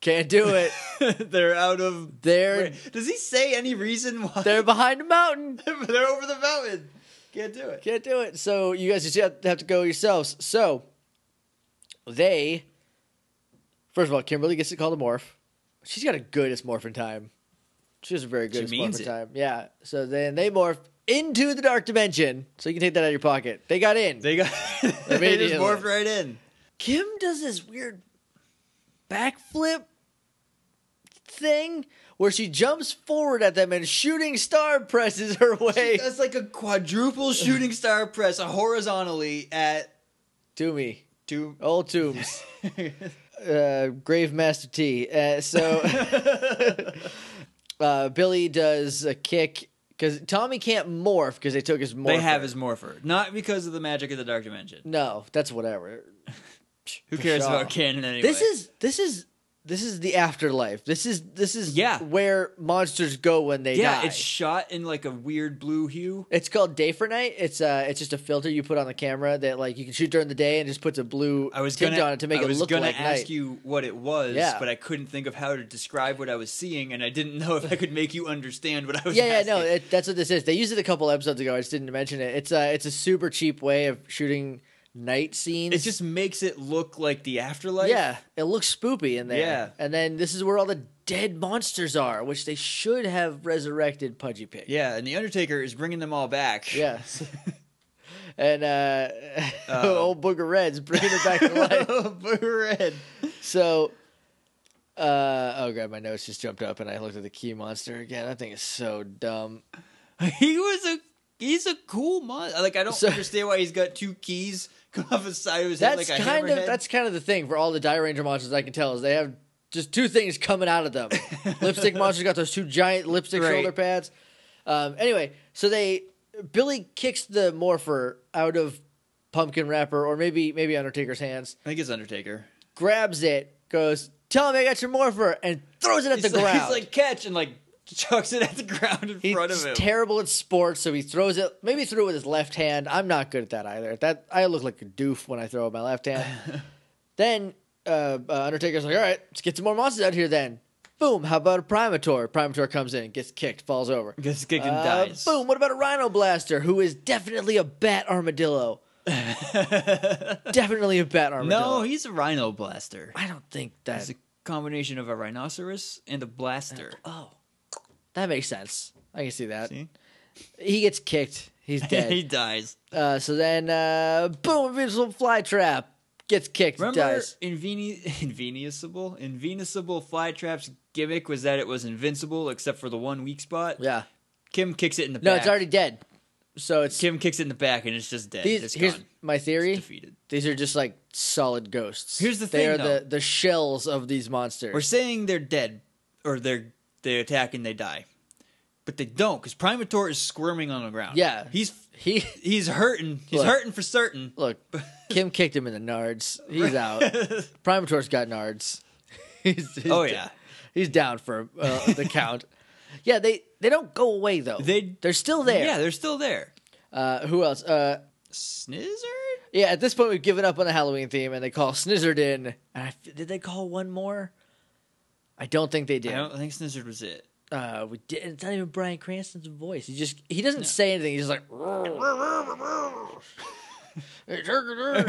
Speaker 2: can't do it.
Speaker 1: they're out of.
Speaker 2: They're
Speaker 1: Wait, does he say any reason why
Speaker 2: they're behind a mountain.
Speaker 1: they're over the mountain? Can't do it.
Speaker 2: Can't do it. So you guys just have have to go yourselves. So they, first of all, Kimberly gets to call the morph. She's got a goodest morphing time. She has a very good
Speaker 1: means
Speaker 2: morphing
Speaker 1: it.
Speaker 2: time. Yeah. So then they morph into the dark dimension. So you can take that out of your pocket. They got in.
Speaker 1: They got. they just
Speaker 2: Immediately.
Speaker 1: morphed right in.
Speaker 2: Kim does this weird backflip thing where she jumps forward at them and shooting star presses her way
Speaker 1: That's like a quadruple shooting star press horizontally at
Speaker 2: to me.
Speaker 1: two.
Speaker 2: Old tombs, uh, grave master T. Uh, so uh, Billy does a kick because Tommy can't morph because they took his morph.
Speaker 1: They have his morpher, not because of the magic of the dark dimension.
Speaker 2: no. That's whatever.
Speaker 1: Who cares
Speaker 2: Pshaw.
Speaker 1: about canon anyway?
Speaker 2: This is this is this is the afterlife. This is this is
Speaker 1: Yeah.
Speaker 2: where monsters go when they
Speaker 1: yeah.
Speaker 2: die.
Speaker 1: It's shot in like a weird blue hue.
Speaker 2: It's called day for night. It's uh, it's just a filter you put on the camera that like you can shoot during the day and just puts a blue
Speaker 1: I was
Speaker 2: tint
Speaker 1: gonna
Speaker 2: on it to make
Speaker 1: I
Speaker 2: it
Speaker 1: was
Speaker 2: look
Speaker 1: gonna
Speaker 2: like
Speaker 1: ask
Speaker 2: night.
Speaker 1: you what it was,
Speaker 2: Yeah.
Speaker 1: but I couldn't think of how to describe what I was seeing, and I didn't know if I could make you understand what I was.
Speaker 2: yeah, yeah, no,
Speaker 1: asking.
Speaker 2: it, that's what this is. They used it a couple episodes ago. I just didn't mention it. It's uh, it's a super cheap way of shooting night scenes.
Speaker 1: it just makes it look like the afterlife.
Speaker 2: yeah, it looks spoopy in there.
Speaker 1: Yeah.
Speaker 2: and then this is where all the dead monsters are, which they should have resurrected Pudgy Pig.
Speaker 1: yeah, and the Undertaker is bringing them all back.
Speaker 2: Yes. And uh, old Booger Red's bringing it back to life.
Speaker 1: Booger Red.
Speaker 2: So, uh, oh god, my notes just jumped up, and I looked at the key monster again. That thing is so dumb.
Speaker 1: He was a he's a cool monster. Like I don't
Speaker 2: So-
Speaker 1: understand why he's got two keys come off the side of his
Speaker 2: That's
Speaker 1: head like a
Speaker 2: kind
Speaker 1: hammerhead.
Speaker 2: of that's kind of the thing for all the Die Ranger monsters. I can tell is they have just two things coming out of them. lipstick monster's got those two giant lipstick
Speaker 1: Right.
Speaker 2: shoulder pads. Um, anyway, so they Billy kicks the morpher out of pumpkin wrapper, or maybe maybe Undertaker's hands,
Speaker 1: I think it's Undertaker.
Speaker 2: grabs it, goes, "Tell me I got your morpher," and throws it at
Speaker 1: He's
Speaker 2: the
Speaker 1: like,
Speaker 2: ground.
Speaker 1: he's like catch and like chucks it at the ground in
Speaker 2: He's
Speaker 1: front of him.
Speaker 2: terrible at sports, so he throws it. Maybe threw it with his left hand. I'm not good at that either. That I look like a doof when I throw with my left hand. then uh, uh, Undertaker's like, "All right, let's get some more monsters out here." Then, boom! How about a Primator? Primator comes in, gets kicked, falls over.
Speaker 1: Gets kicked and
Speaker 2: Uh,
Speaker 1: dies.
Speaker 2: Boom! What about a Rhino Blaster? Who is definitely a bat armadillo. definitely a bat armadillo.
Speaker 1: No, he's a rhino blaster.
Speaker 2: I don't think that.
Speaker 1: It's a combination of a rhinoceros and a blaster.
Speaker 2: oh, that makes sense. I can see that.
Speaker 1: See?
Speaker 2: He gets kicked. He's dead.
Speaker 1: he dies.
Speaker 2: Uh, so then, uh, boom, Invincible Fly Trap gets kicked,
Speaker 1: Remember
Speaker 2: dies.
Speaker 1: inveni- invenusable? Invenusable flytrap's gimmick was that it was invincible except for the one weak spot.
Speaker 2: Yeah.
Speaker 1: Kim kicks it in the
Speaker 2: No,
Speaker 1: back.
Speaker 2: it's already dead. So it's
Speaker 1: Kim kicks it in the back and it's just dead.
Speaker 2: these.
Speaker 1: it's
Speaker 2: Here's
Speaker 1: gone.
Speaker 2: my theory.
Speaker 1: Defeated.
Speaker 2: These are just like solid ghosts.
Speaker 1: Here's the
Speaker 2: They
Speaker 1: thing,
Speaker 2: are the
Speaker 1: though.
Speaker 2: the shells of these monsters.
Speaker 1: We're saying they're dead, or they're they attack and they die, but they don't because Primator is squirming on the ground.
Speaker 2: Yeah.
Speaker 1: he's
Speaker 2: he
Speaker 1: he's hurting. He's
Speaker 2: Look.
Speaker 1: hurting for certain.
Speaker 2: look. Kim kicked him in the nards. He's out. Primator's got nards. he's, he's
Speaker 1: Oh
Speaker 2: d-
Speaker 1: yeah,
Speaker 2: he's down for uh, the count. Yeah, they they don't go away though.
Speaker 1: They-
Speaker 2: they're still there.
Speaker 1: yeah, they're still there.
Speaker 2: Uh, who else? Uh,
Speaker 1: Snizzard.
Speaker 2: Yeah, at this point we've given up on the Halloween theme, and they call Snizzard in. And I f did they call one more? I don't think they did.
Speaker 1: I don't think Snizzard was it.
Speaker 2: Uh, we did. It's not even Brian Cranston's voice. He just he doesn't say anything. He's just like.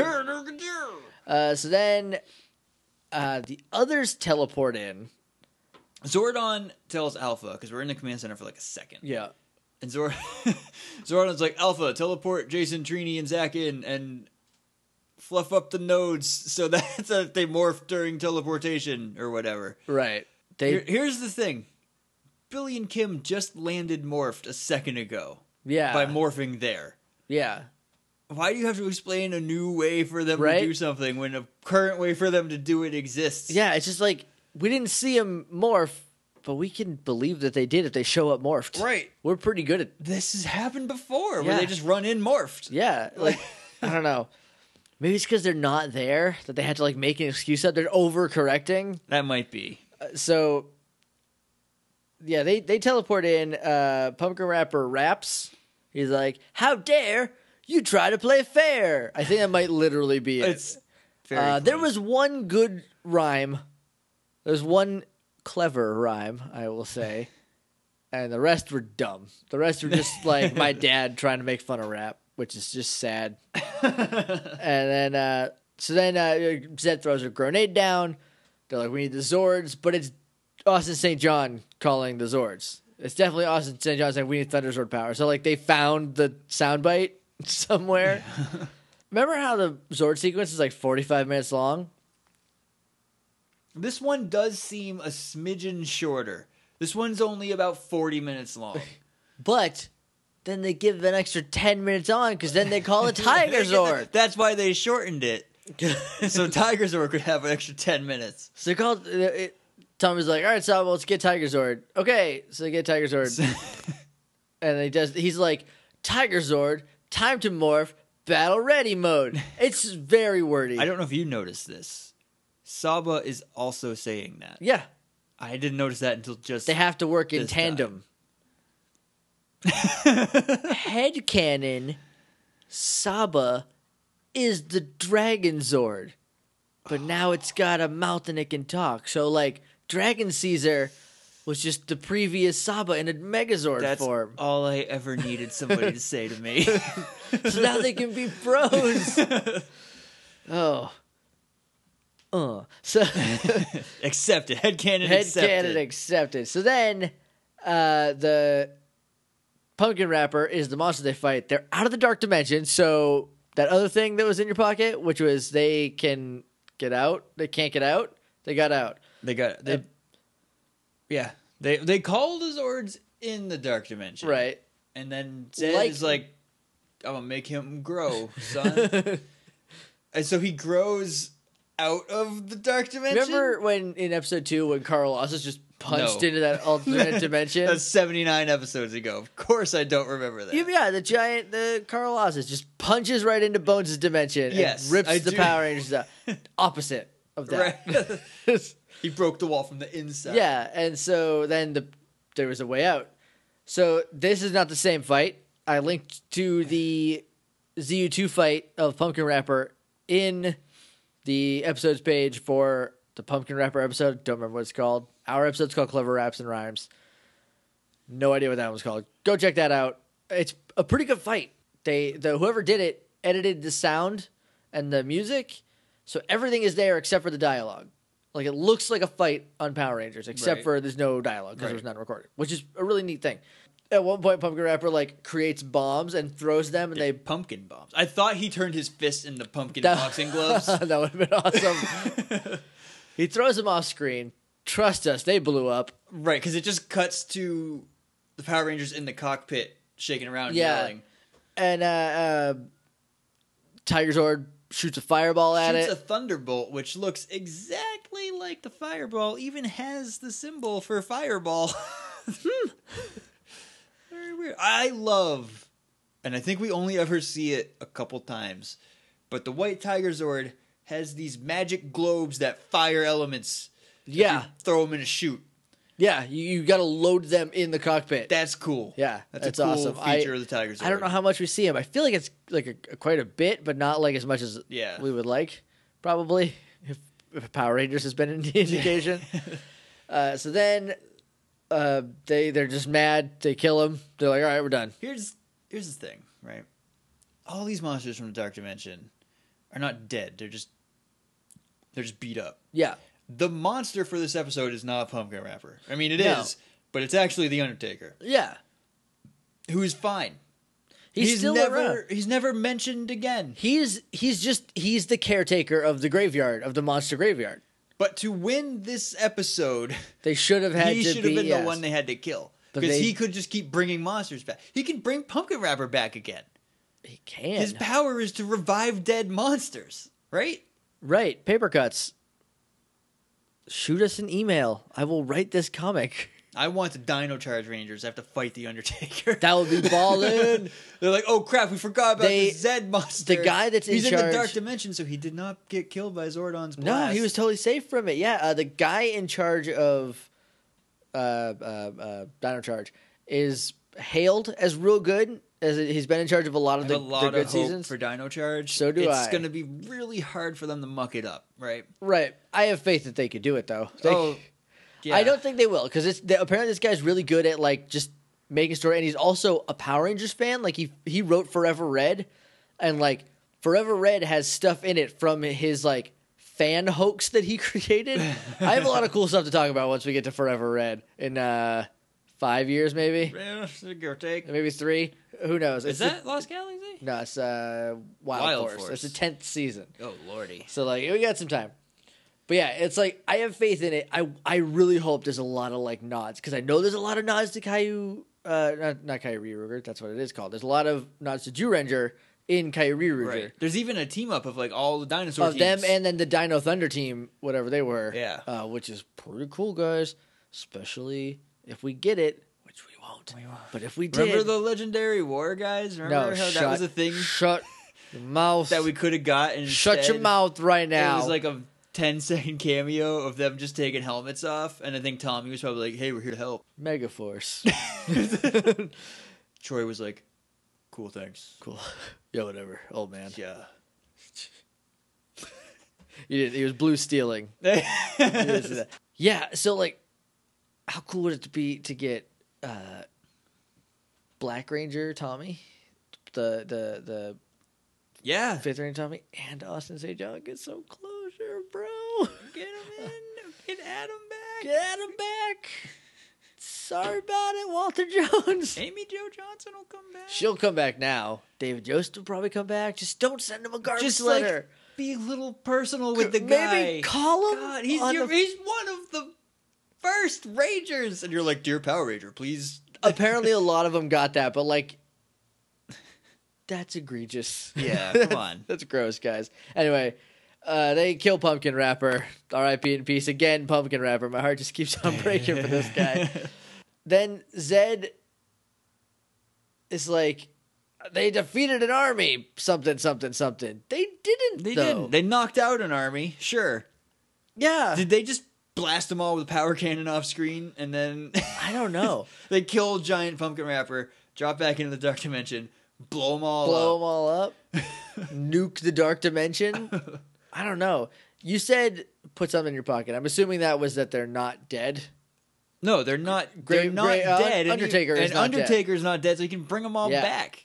Speaker 2: uh, so then, uh, the others teleport in.
Speaker 1: Zordon tells Alpha because we're in the command center for like a second.
Speaker 2: Yeah.
Speaker 1: And Zor- Zordon's like, Alpha, teleport Jason, Trini, and Zack in and fluff up the nodes so that that they morph during teleportation or whatever.
Speaker 2: Right. They
Speaker 1: Here- here's the thing Billy and Kim just landed morphed a second ago
Speaker 2: Yeah.
Speaker 1: by morphing there.
Speaker 2: yeah.
Speaker 1: Why do you have to explain a new way for them
Speaker 2: Right?
Speaker 1: to do something when a current way for them to do it exists?
Speaker 2: Yeah. It's just like we didn't see him morph, but we can believe that they did if they show up morphed.
Speaker 1: Right.
Speaker 2: We're pretty good at.
Speaker 1: This has happened before where
Speaker 2: Yeah.
Speaker 1: they just run in morphed.
Speaker 2: Yeah. Like I don't know. Maybe it's because they're not there that they had to like make an excuse up. They're overcorrecting. Uh,
Speaker 1: That might be.
Speaker 2: so yeah, they they teleport in. Uh, Pumpkin rapper raps. He's like, "How dare you try to play fair?" I think that might literally be it.
Speaker 1: It's very
Speaker 2: Uh, there
Speaker 1: close.
Speaker 2: was one good rhyme. There's one clever rhyme, I will say, and the rest were dumb. The rest were just like my dad trying to make fun of rap, which is just sad. and then, uh, so then uh, Zed throws a grenade down. They're like, "We need the Zords," but it's Austin St. John calling the Zords. It's definitely Austin St. John saying, "We need Thunder Zord power." So like they found the soundbite somewhere. Remember how the Zord sequence is like 45 minutes long?
Speaker 1: This one does seem a smidgen shorter. This one's only about 40 minutes long.
Speaker 2: But then they give an extra 10 minutes on because then they call it Oh, Tiger Zord.
Speaker 1: That's why they shortened it. so Tiger Zord could have an extra 10 minutes.
Speaker 2: So they called. It, it, Tommy's like, all right, so well, let's get Tiger Zord. Okay, so they get Tiger Zord. and he does. He's like, Tiger Zord, time to morph, battle ready mode. It's very wordy.
Speaker 1: I don't know if you noticed this. Saba is also saying that.
Speaker 2: Yeah,
Speaker 1: I didn't notice that until just.
Speaker 2: they have to work in
Speaker 1: This guy.
Speaker 2: tandem. Headcanon Saba is the Dragon Zord, but now it's got a mouth and it can talk. So, like, Dragon Caesar was just the previous Saba in a Megazord
Speaker 1: That's
Speaker 2: form.
Speaker 1: all I ever needed somebody to say to me.
Speaker 2: So now they can be bros. oh. Uh. So.
Speaker 1: Accept it. Headcanon
Speaker 2: head
Speaker 1: accepted.
Speaker 2: cannon accepted. So then, uh, the pumpkin wrapper is the monster they fight. They're out of the dark dimension. So that other thing that was in your pocket, which was they can get out, they can't get out. They got out.
Speaker 1: They got. They,
Speaker 2: Uh,
Speaker 1: yeah. They, they call the Zords in the Dark Dimension.
Speaker 2: Right.
Speaker 1: And then Zed
Speaker 2: Like-
Speaker 1: is like, I'm gonna make him grow, son. and so he grows out of the dark dimension.
Speaker 2: Remember when in episode two when Carl Ossus just punched
Speaker 1: No.
Speaker 2: into that alternate dimension?
Speaker 1: That's 79 episodes ago. Of course, I don't remember that.
Speaker 2: Yeah, yeah, the giant, the Carl Ossus just punches right into Bones' dimension
Speaker 1: Yes,
Speaker 2: and rips
Speaker 1: I
Speaker 2: the
Speaker 1: do.
Speaker 2: Power Rangers out. Opposite of that.
Speaker 1: Right. he broke the wall from the inside.
Speaker 2: Yeah, and so then the there was a way out. So this is not the same fight. I linked to the ZU2 fight of Pumpkin Rapper in the episodes page for the Pumpkin Rapper episode. Don't remember what it's called. Our episode's called Clever Raps and Rhymes. No idea what that one's called. Go check that out. It's a pretty good fight. They the whoever did it edited the sound and the music, so everything is there except for the dialogue. Like it looks like a fight on Power Rangers, except
Speaker 1: Right.
Speaker 2: for there's no dialogue because
Speaker 1: Right.
Speaker 2: there's none recorded, which is a really neat thing. At one point, Pumpkin Rapper like creates bombs and throws them, and they
Speaker 1: Pumpkin bombs. I thought he turned his fist into pumpkin
Speaker 2: That-
Speaker 1: boxing gloves.
Speaker 2: that would have been awesome. he throws them off screen. Trust us, they blew up.
Speaker 1: right, because it just cuts to the Power Rangers in the cockpit shaking around and
Speaker 2: Yeah.
Speaker 1: yelling.
Speaker 2: And uh, uh, Tiger Zord shoots a fireball at
Speaker 1: Shoots
Speaker 2: it.
Speaker 1: a thunderbolt, which looks exactly like the fireball, even has the symbol for fireball. Very weird. I love, and I think we only ever see it a couple times, but the White Tiger Zord has these magic globes that fire elements.
Speaker 2: yeah,
Speaker 1: Throw them in a chute.
Speaker 2: yeah. You, you got to load them in the cockpit.
Speaker 1: That's cool.
Speaker 2: yeah,
Speaker 1: that's,
Speaker 2: that's,
Speaker 1: a cool
Speaker 2: awesome.
Speaker 1: feature
Speaker 2: I,
Speaker 1: of the Tiger Zord.
Speaker 2: I don't know how much we see him. I feel like it's like a, quite a bit, but not like as much as
Speaker 1: Yeah.
Speaker 2: we would like, probably. If, if Power Rangers has been an indication. uh, so then uh, they they're just mad. They kill him. They're like, all right, we're done.
Speaker 1: here's here's the thing, right? All these monsters from the Dark Dimension are not dead. They're just they're just beat up.
Speaker 2: Yeah,
Speaker 1: the monster for this episode is not a pumpkin wrapper. I mean, it is,
Speaker 2: No.
Speaker 1: but it's actually the Undertaker,
Speaker 2: yeah.
Speaker 1: who is fine.
Speaker 2: He's, still
Speaker 1: never
Speaker 2: around.
Speaker 1: he's never mentioned again.
Speaker 2: He's he's just he's the caretaker of the graveyard of the monster graveyard.
Speaker 1: But to win this episode,
Speaker 2: They should have had
Speaker 1: he
Speaker 2: to
Speaker 1: should
Speaker 2: be
Speaker 1: have been
Speaker 2: yes.
Speaker 1: the one they had to kill
Speaker 2: But
Speaker 1: because
Speaker 2: they-
Speaker 1: he could just keep bringing monsters back. He can bring Pumpkin Wrapper back again.
Speaker 2: he can.
Speaker 1: His power is to revive dead monsters, right?
Speaker 2: right, paper cuts. Shoot us an email. I will write this comic.
Speaker 1: I want the Dino Charge Rangers to have to fight the Undertaker.
Speaker 2: That would be ballin'.
Speaker 1: They're like, oh crap, we forgot about
Speaker 2: They-
Speaker 1: the Zed monster.
Speaker 2: guy that's in
Speaker 1: he's in
Speaker 2: charge-
Speaker 1: the dark dimension, so he did not get killed by Zordon's
Speaker 2: No,
Speaker 1: blast.
Speaker 2: he was totally safe from it. Yeah, uh, the guy in charge of uh, uh, uh, Dino Charge is hailed as real good. As he's been in charge of a lot
Speaker 1: I have
Speaker 2: of
Speaker 1: a
Speaker 2: the,
Speaker 1: lot
Speaker 2: the good
Speaker 1: of hope
Speaker 2: seasons.
Speaker 1: for Dino Charge.
Speaker 2: So do
Speaker 1: it's
Speaker 2: I.
Speaker 1: going to be really hard for them to muck it up, right?
Speaker 2: Right. I have faith that they could do it though. They-
Speaker 1: oh, yeah.
Speaker 2: I don't think they will because it's they, apparently this guy's really good at like just making story, and he's also a Power Rangers fan. Like he he wrote Forever Red, and like Forever Red has stuff in it from his like fan hoax that he created. I have a lot of cool stuff to talk about once we get to Forever Red in uh five years, maybe
Speaker 1: Yeah, give or take.
Speaker 2: maybe three. Who knows?
Speaker 1: Is
Speaker 2: It's
Speaker 1: that Lost Galaxy?
Speaker 2: the, no? It's uh, Wild,
Speaker 1: Wild
Speaker 2: Force.
Speaker 1: Force.
Speaker 2: It's the tenth season.
Speaker 1: Oh lordy.
Speaker 2: So like we got some time. But yeah, it's like I have faith in it. I I really hope there's a lot of like nods because I know there's a lot of nods to Caillou. Uh, not not Caillou Ruger. That's what it is called. There's a lot of nods to Jew Ranger in Caillou Ruger
Speaker 1: Right. There's even a team up of like all the dinosaur
Speaker 2: of them
Speaker 1: teams.
Speaker 2: and then the Dino Thunder team, whatever they were.
Speaker 1: Yeah.
Speaker 2: uh, which is pretty cool, guys. Especially if we get it, which we won't.
Speaker 1: We won't.
Speaker 2: But if we did,
Speaker 1: remember the legendary war guys. Remember
Speaker 2: no,
Speaker 1: how
Speaker 2: shut,
Speaker 1: that was a thing
Speaker 2: Shut your mouth.
Speaker 1: that we could have gotten.
Speaker 2: shut your
Speaker 1: instead?
Speaker 2: mouth right now.
Speaker 1: It was like a 10 second cameo of them just taking helmets off, and I think Tommy was probably like, "Hey, we're here to help."
Speaker 2: Megaforce.
Speaker 1: Troy was like, "Cool, thanks."
Speaker 2: Cool. Yeah, whatever, old man.
Speaker 1: Yeah.
Speaker 2: He, did, he was blue stealing. Yeah, so like, how cool would it be to get uh, Black Ranger Tommy, the the the
Speaker 1: yeah.
Speaker 2: Fifth Ranger Tommy, and Austin St. John get some closure, bro.
Speaker 1: Get him in. Get Adam back.
Speaker 2: Get him back. Sorry about it, Walter Jones.
Speaker 1: Amy Jo Johnson will come back.
Speaker 2: She'll come back now. David Yost will probably come back. Just don't send him a garbage
Speaker 1: Just, like,
Speaker 2: letter.
Speaker 1: be a little personal with the guy.
Speaker 2: Maybe call him.
Speaker 1: God, he's
Speaker 2: on
Speaker 1: your,
Speaker 2: the
Speaker 1: he's one of the first Rangers, and you're like, "Dear Power Ranger, please."
Speaker 2: apparently a lot of them got that, but like that's egregious.
Speaker 1: Yeah, come on.
Speaker 2: that's gross, guys. Anyway, uh, they kill Pumpkin Rapper. R.I.P. in peace again, Pumpkin Rapper. My heart just keeps on breaking for this guy. Then Zed is like, they defeated an army. Something, something, something. They didn't.
Speaker 1: They
Speaker 2: though.
Speaker 1: didn't. They knocked out an army. Sure.
Speaker 2: yeah.
Speaker 1: Did they just blast them all with a power cannon off screen and then
Speaker 2: I don't know.
Speaker 1: they kill giant pumpkin wrapper, drop back into the dark dimension, blow them all
Speaker 2: blow
Speaker 1: up?
Speaker 2: them all up, nuke the dark dimension. I don't know. You said put something in your pocket. I'm assuming that was that they're not dead.
Speaker 1: No, they're not.
Speaker 2: Grey-
Speaker 1: they're not
Speaker 2: Grey- uh,
Speaker 1: dead. And he-
Speaker 2: Undertaker is
Speaker 1: and,
Speaker 2: not dead.
Speaker 1: Undertaker's not dead, so he can bring them all
Speaker 2: Yeah.
Speaker 1: back.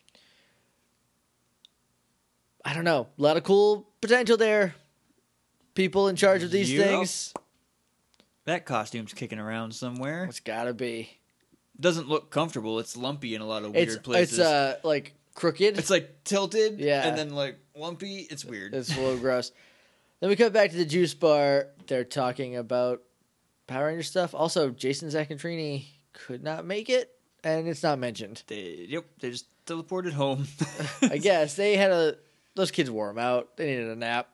Speaker 2: I don't know. A lot of cool potential there. People in charge of these
Speaker 1: Yep.
Speaker 2: things.
Speaker 1: That costume's kicking around somewhere.
Speaker 2: It's gotta be.
Speaker 1: Doesn't look comfortable. It's lumpy in a lot of weird
Speaker 2: It's
Speaker 1: places.
Speaker 2: it's uh like crooked.
Speaker 1: It's like tilted,
Speaker 2: Yeah.
Speaker 1: and then like lumpy. It's weird.
Speaker 2: It's a little gross. Then we cut back to the juice bar. They're talking about Power Ranger stuff. Also, Jason Zacatrini could not make it, and it's not mentioned.
Speaker 1: They- yep, they just teleported home.
Speaker 2: I guess they had a those kids wore them out. They needed a nap.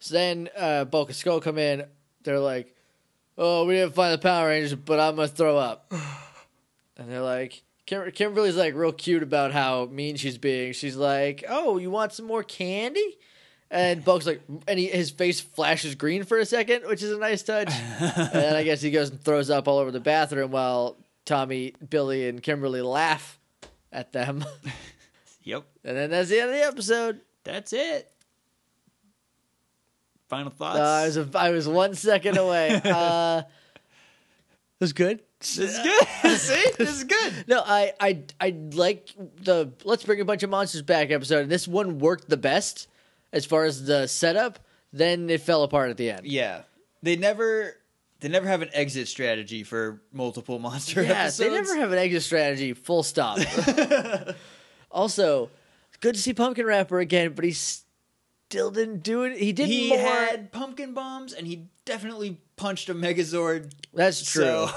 Speaker 2: So then uh, Bulk and Skull come in. They're like, "Oh, we didn't find the Power Rangers, but I'm gonna throw up." And they're like, Kim- "Kimberly's like real cute about how mean she's being. She's like, "Oh, you want some more candy?" And Bulk's like, and he, his face flashes green for a second, which is a nice touch. and then I guess uh, he goes and throws up all over the bathroom while Tommy, Billy, and Kimberly laugh at them.
Speaker 1: Yep,
Speaker 2: And then that's the end of the episode.
Speaker 1: that's it. Final thoughts.
Speaker 2: Uh, I was a, I was one second away. Uh, it was good.
Speaker 1: This is good. See, this is good.
Speaker 2: No, I, I I like the let's bring a bunch of monsters back episode. This one worked the best as far as the setup. Then it fell apart at the end.
Speaker 1: Yeah, they never they never have an exit strategy for multiple monster
Speaker 2: Yeah,
Speaker 1: episodes.
Speaker 2: they never have an exit strategy. Full stop. also, it's good to see Pumpkin Rapper again, but he's still didn't do it. He did
Speaker 1: he
Speaker 2: more.
Speaker 1: had pumpkin bombs, and he definitely punched a Megazord.
Speaker 2: That's true.
Speaker 1: So,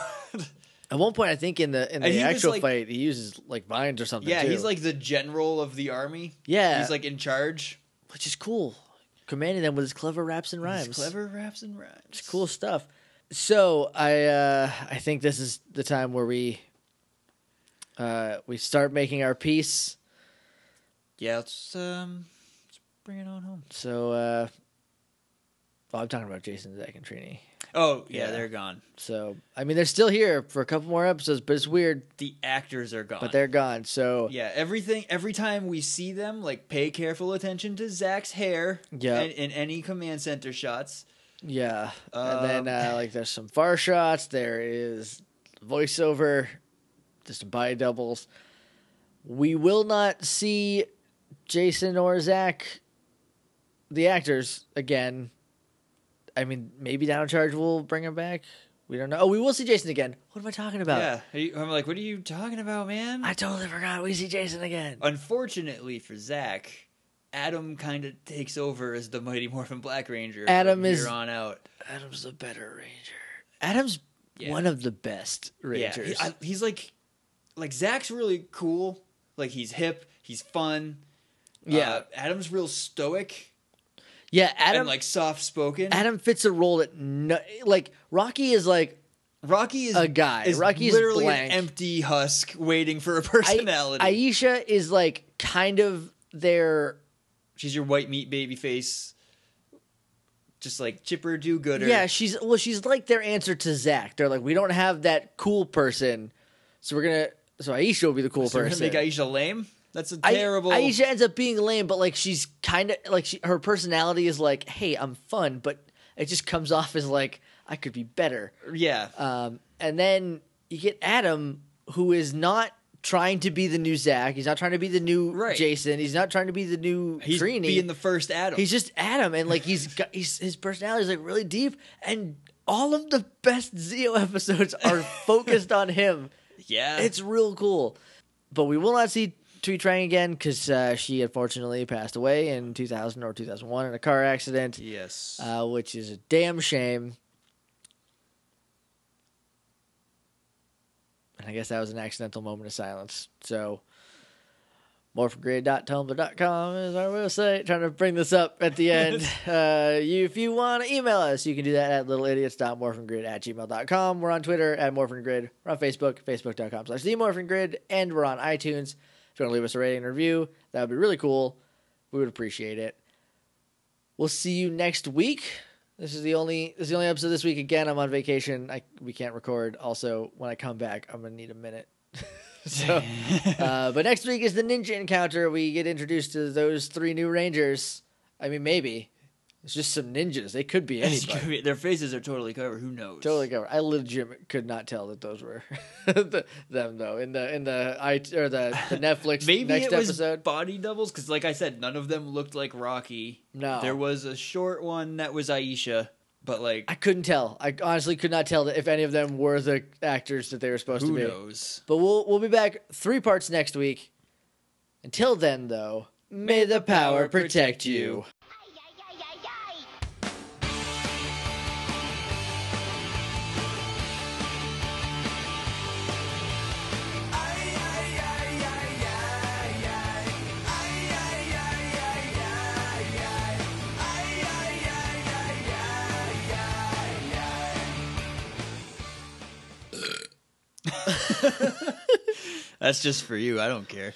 Speaker 2: At one point, I think in the
Speaker 1: And
Speaker 2: in the
Speaker 1: he was,
Speaker 2: actual
Speaker 1: like-
Speaker 2: fight, he uses like vines or something.
Speaker 1: yeah,
Speaker 2: too,
Speaker 1: he's like the general of the army.
Speaker 2: yeah,
Speaker 1: He's like in charge.
Speaker 2: which is cool, commanding them with his clever raps and
Speaker 1: He's
Speaker 2: rhymes.
Speaker 1: clever raps and rhymes.
Speaker 2: It's cool stuff. So I uh, I think this is the time where we uh, we start making our peace.
Speaker 1: Yeah, let's um, let's bring it on home.
Speaker 2: So uh, well, I'm talking about Jason, Zach, and Trini.
Speaker 1: Oh yeah,
Speaker 2: Yeah.
Speaker 1: they're gone.
Speaker 2: So I mean, they're still here for a couple more episodes, but it's weird.
Speaker 1: The actors are gone.
Speaker 2: But they're gone. So
Speaker 1: Uh, yeah, everything. Every time we see them, like pay careful attention to Zach's hair.
Speaker 2: Yeah.
Speaker 1: in, in any command center shots.
Speaker 2: yeah,
Speaker 1: Um,
Speaker 2: and then uh, like there's some far shots. There is voiceover, just some body doubles. We will not see Jason or Zach, the actors again. I mean, maybe Down Charge will bring him back. We don't know. Oh, we will see Jason again. What am I talking about?
Speaker 1: yeah, Are you- I'm like, what are you talking about, man?
Speaker 2: I totally forgot. We see Jason again.
Speaker 1: Uh, Unfortunately for Zach, Adam kind of takes over as the Mighty Morphin Black Ranger.
Speaker 2: Adam
Speaker 1: from
Speaker 2: is-
Speaker 1: here on out.
Speaker 2: Adam's the better ranger. Adam's
Speaker 1: Yeah.
Speaker 2: one of the best rangers.
Speaker 1: Yeah, he- I- he's like, like Zach's really cool. Like he's hip, he's fun.
Speaker 2: Yeah.
Speaker 1: Uh, Adam's real stoic
Speaker 2: yeah, Adam
Speaker 1: and like soft spoken.
Speaker 2: Adam fits a role that no, like Rocky is like
Speaker 1: Rocky is
Speaker 2: a guy.
Speaker 1: Is
Speaker 2: Rocky is
Speaker 1: literally
Speaker 2: blank.
Speaker 1: an empty husk waiting for a
Speaker 2: I-
Speaker 1: personality.
Speaker 2: Aisha is like kind of their
Speaker 1: She's your white meat baby face, just like chipper do gooder.
Speaker 2: yeah. She's well, she's like their answer to Zach. They're like, we don't have that cool person, so we're gonna. So Aisha will be the cool
Speaker 1: so we're gonna
Speaker 2: person.
Speaker 1: make Aisha lame. That's a
Speaker 2: I-
Speaker 1: terrible.
Speaker 2: Aisha ends up being lame, but like she's kind of like she, her personality is like, hey, I'm fun, but it just comes off as like I could be better.
Speaker 1: yeah,
Speaker 2: Um, and then you get Adam, who is not trying to be the new Zach. He's not trying to be the new
Speaker 1: Right.
Speaker 2: Jason. He's not trying to be the new
Speaker 1: he's
Speaker 2: Trini.
Speaker 1: being the first Adam.
Speaker 2: he's just Adam, and like he's got he's, his personality is like really deep, and all of the best Zeo episodes are focused on him.
Speaker 1: yeah,
Speaker 2: It's real cool, but we will not see Tweet Trang again because uh, she unfortunately passed away in 2000 or 2001 in a car accident,
Speaker 1: yes.
Speaker 2: uh, which is a damn shame. And I guess that was an accidental moment of silence. So, morphgrid.tumblr.com is our website. Trying to bring this up at the end. uh, you, if you want to email us, you can do that at littleidiots.morphingrid at gmail.com. We're on Twitter at morphingrid. We're on Facebook, facebook.com slash themorphingrid. And we're on iTunes. If you want to leave us a rating and review, that would be really cool. We would appreciate it. We'll see you next week. This is the only this is the only episode this week. Again, I'm on vacation. I we can't record. Also, when I come back, I'm gonna need a minute. so, uh, but next week is the ninja encounter. We get introduced to those three new rangers. I mean, maybe it's just some ninjas. They could be anybody.
Speaker 1: Their faces are totally covered. Who knows?
Speaker 2: Totally covered. I legit could not tell that those were the, them though. In the in the I or the, the Netflix
Speaker 1: Maybe
Speaker 2: next
Speaker 1: it was
Speaker 2: episode.
Speaker 1: body doubles because, like I said, none of them looked like Rocky.
Speaker 2: No.
Speaker 1: there was a short one that was Aisha, but like
Speaker 2: I couldn't tell. I honestly could not tell that if any of them were the actors that they were supposed
Speaker 1: who
Speaker 2: to be.
Speaker 1: knows?
Speaker 2: But we'll we'll be back three parts next week. Until then, though, may the power protect you.
Speaker 3: Ay, ay, ay, ay, ay.
Speaker 1: That's just for you. I don't care.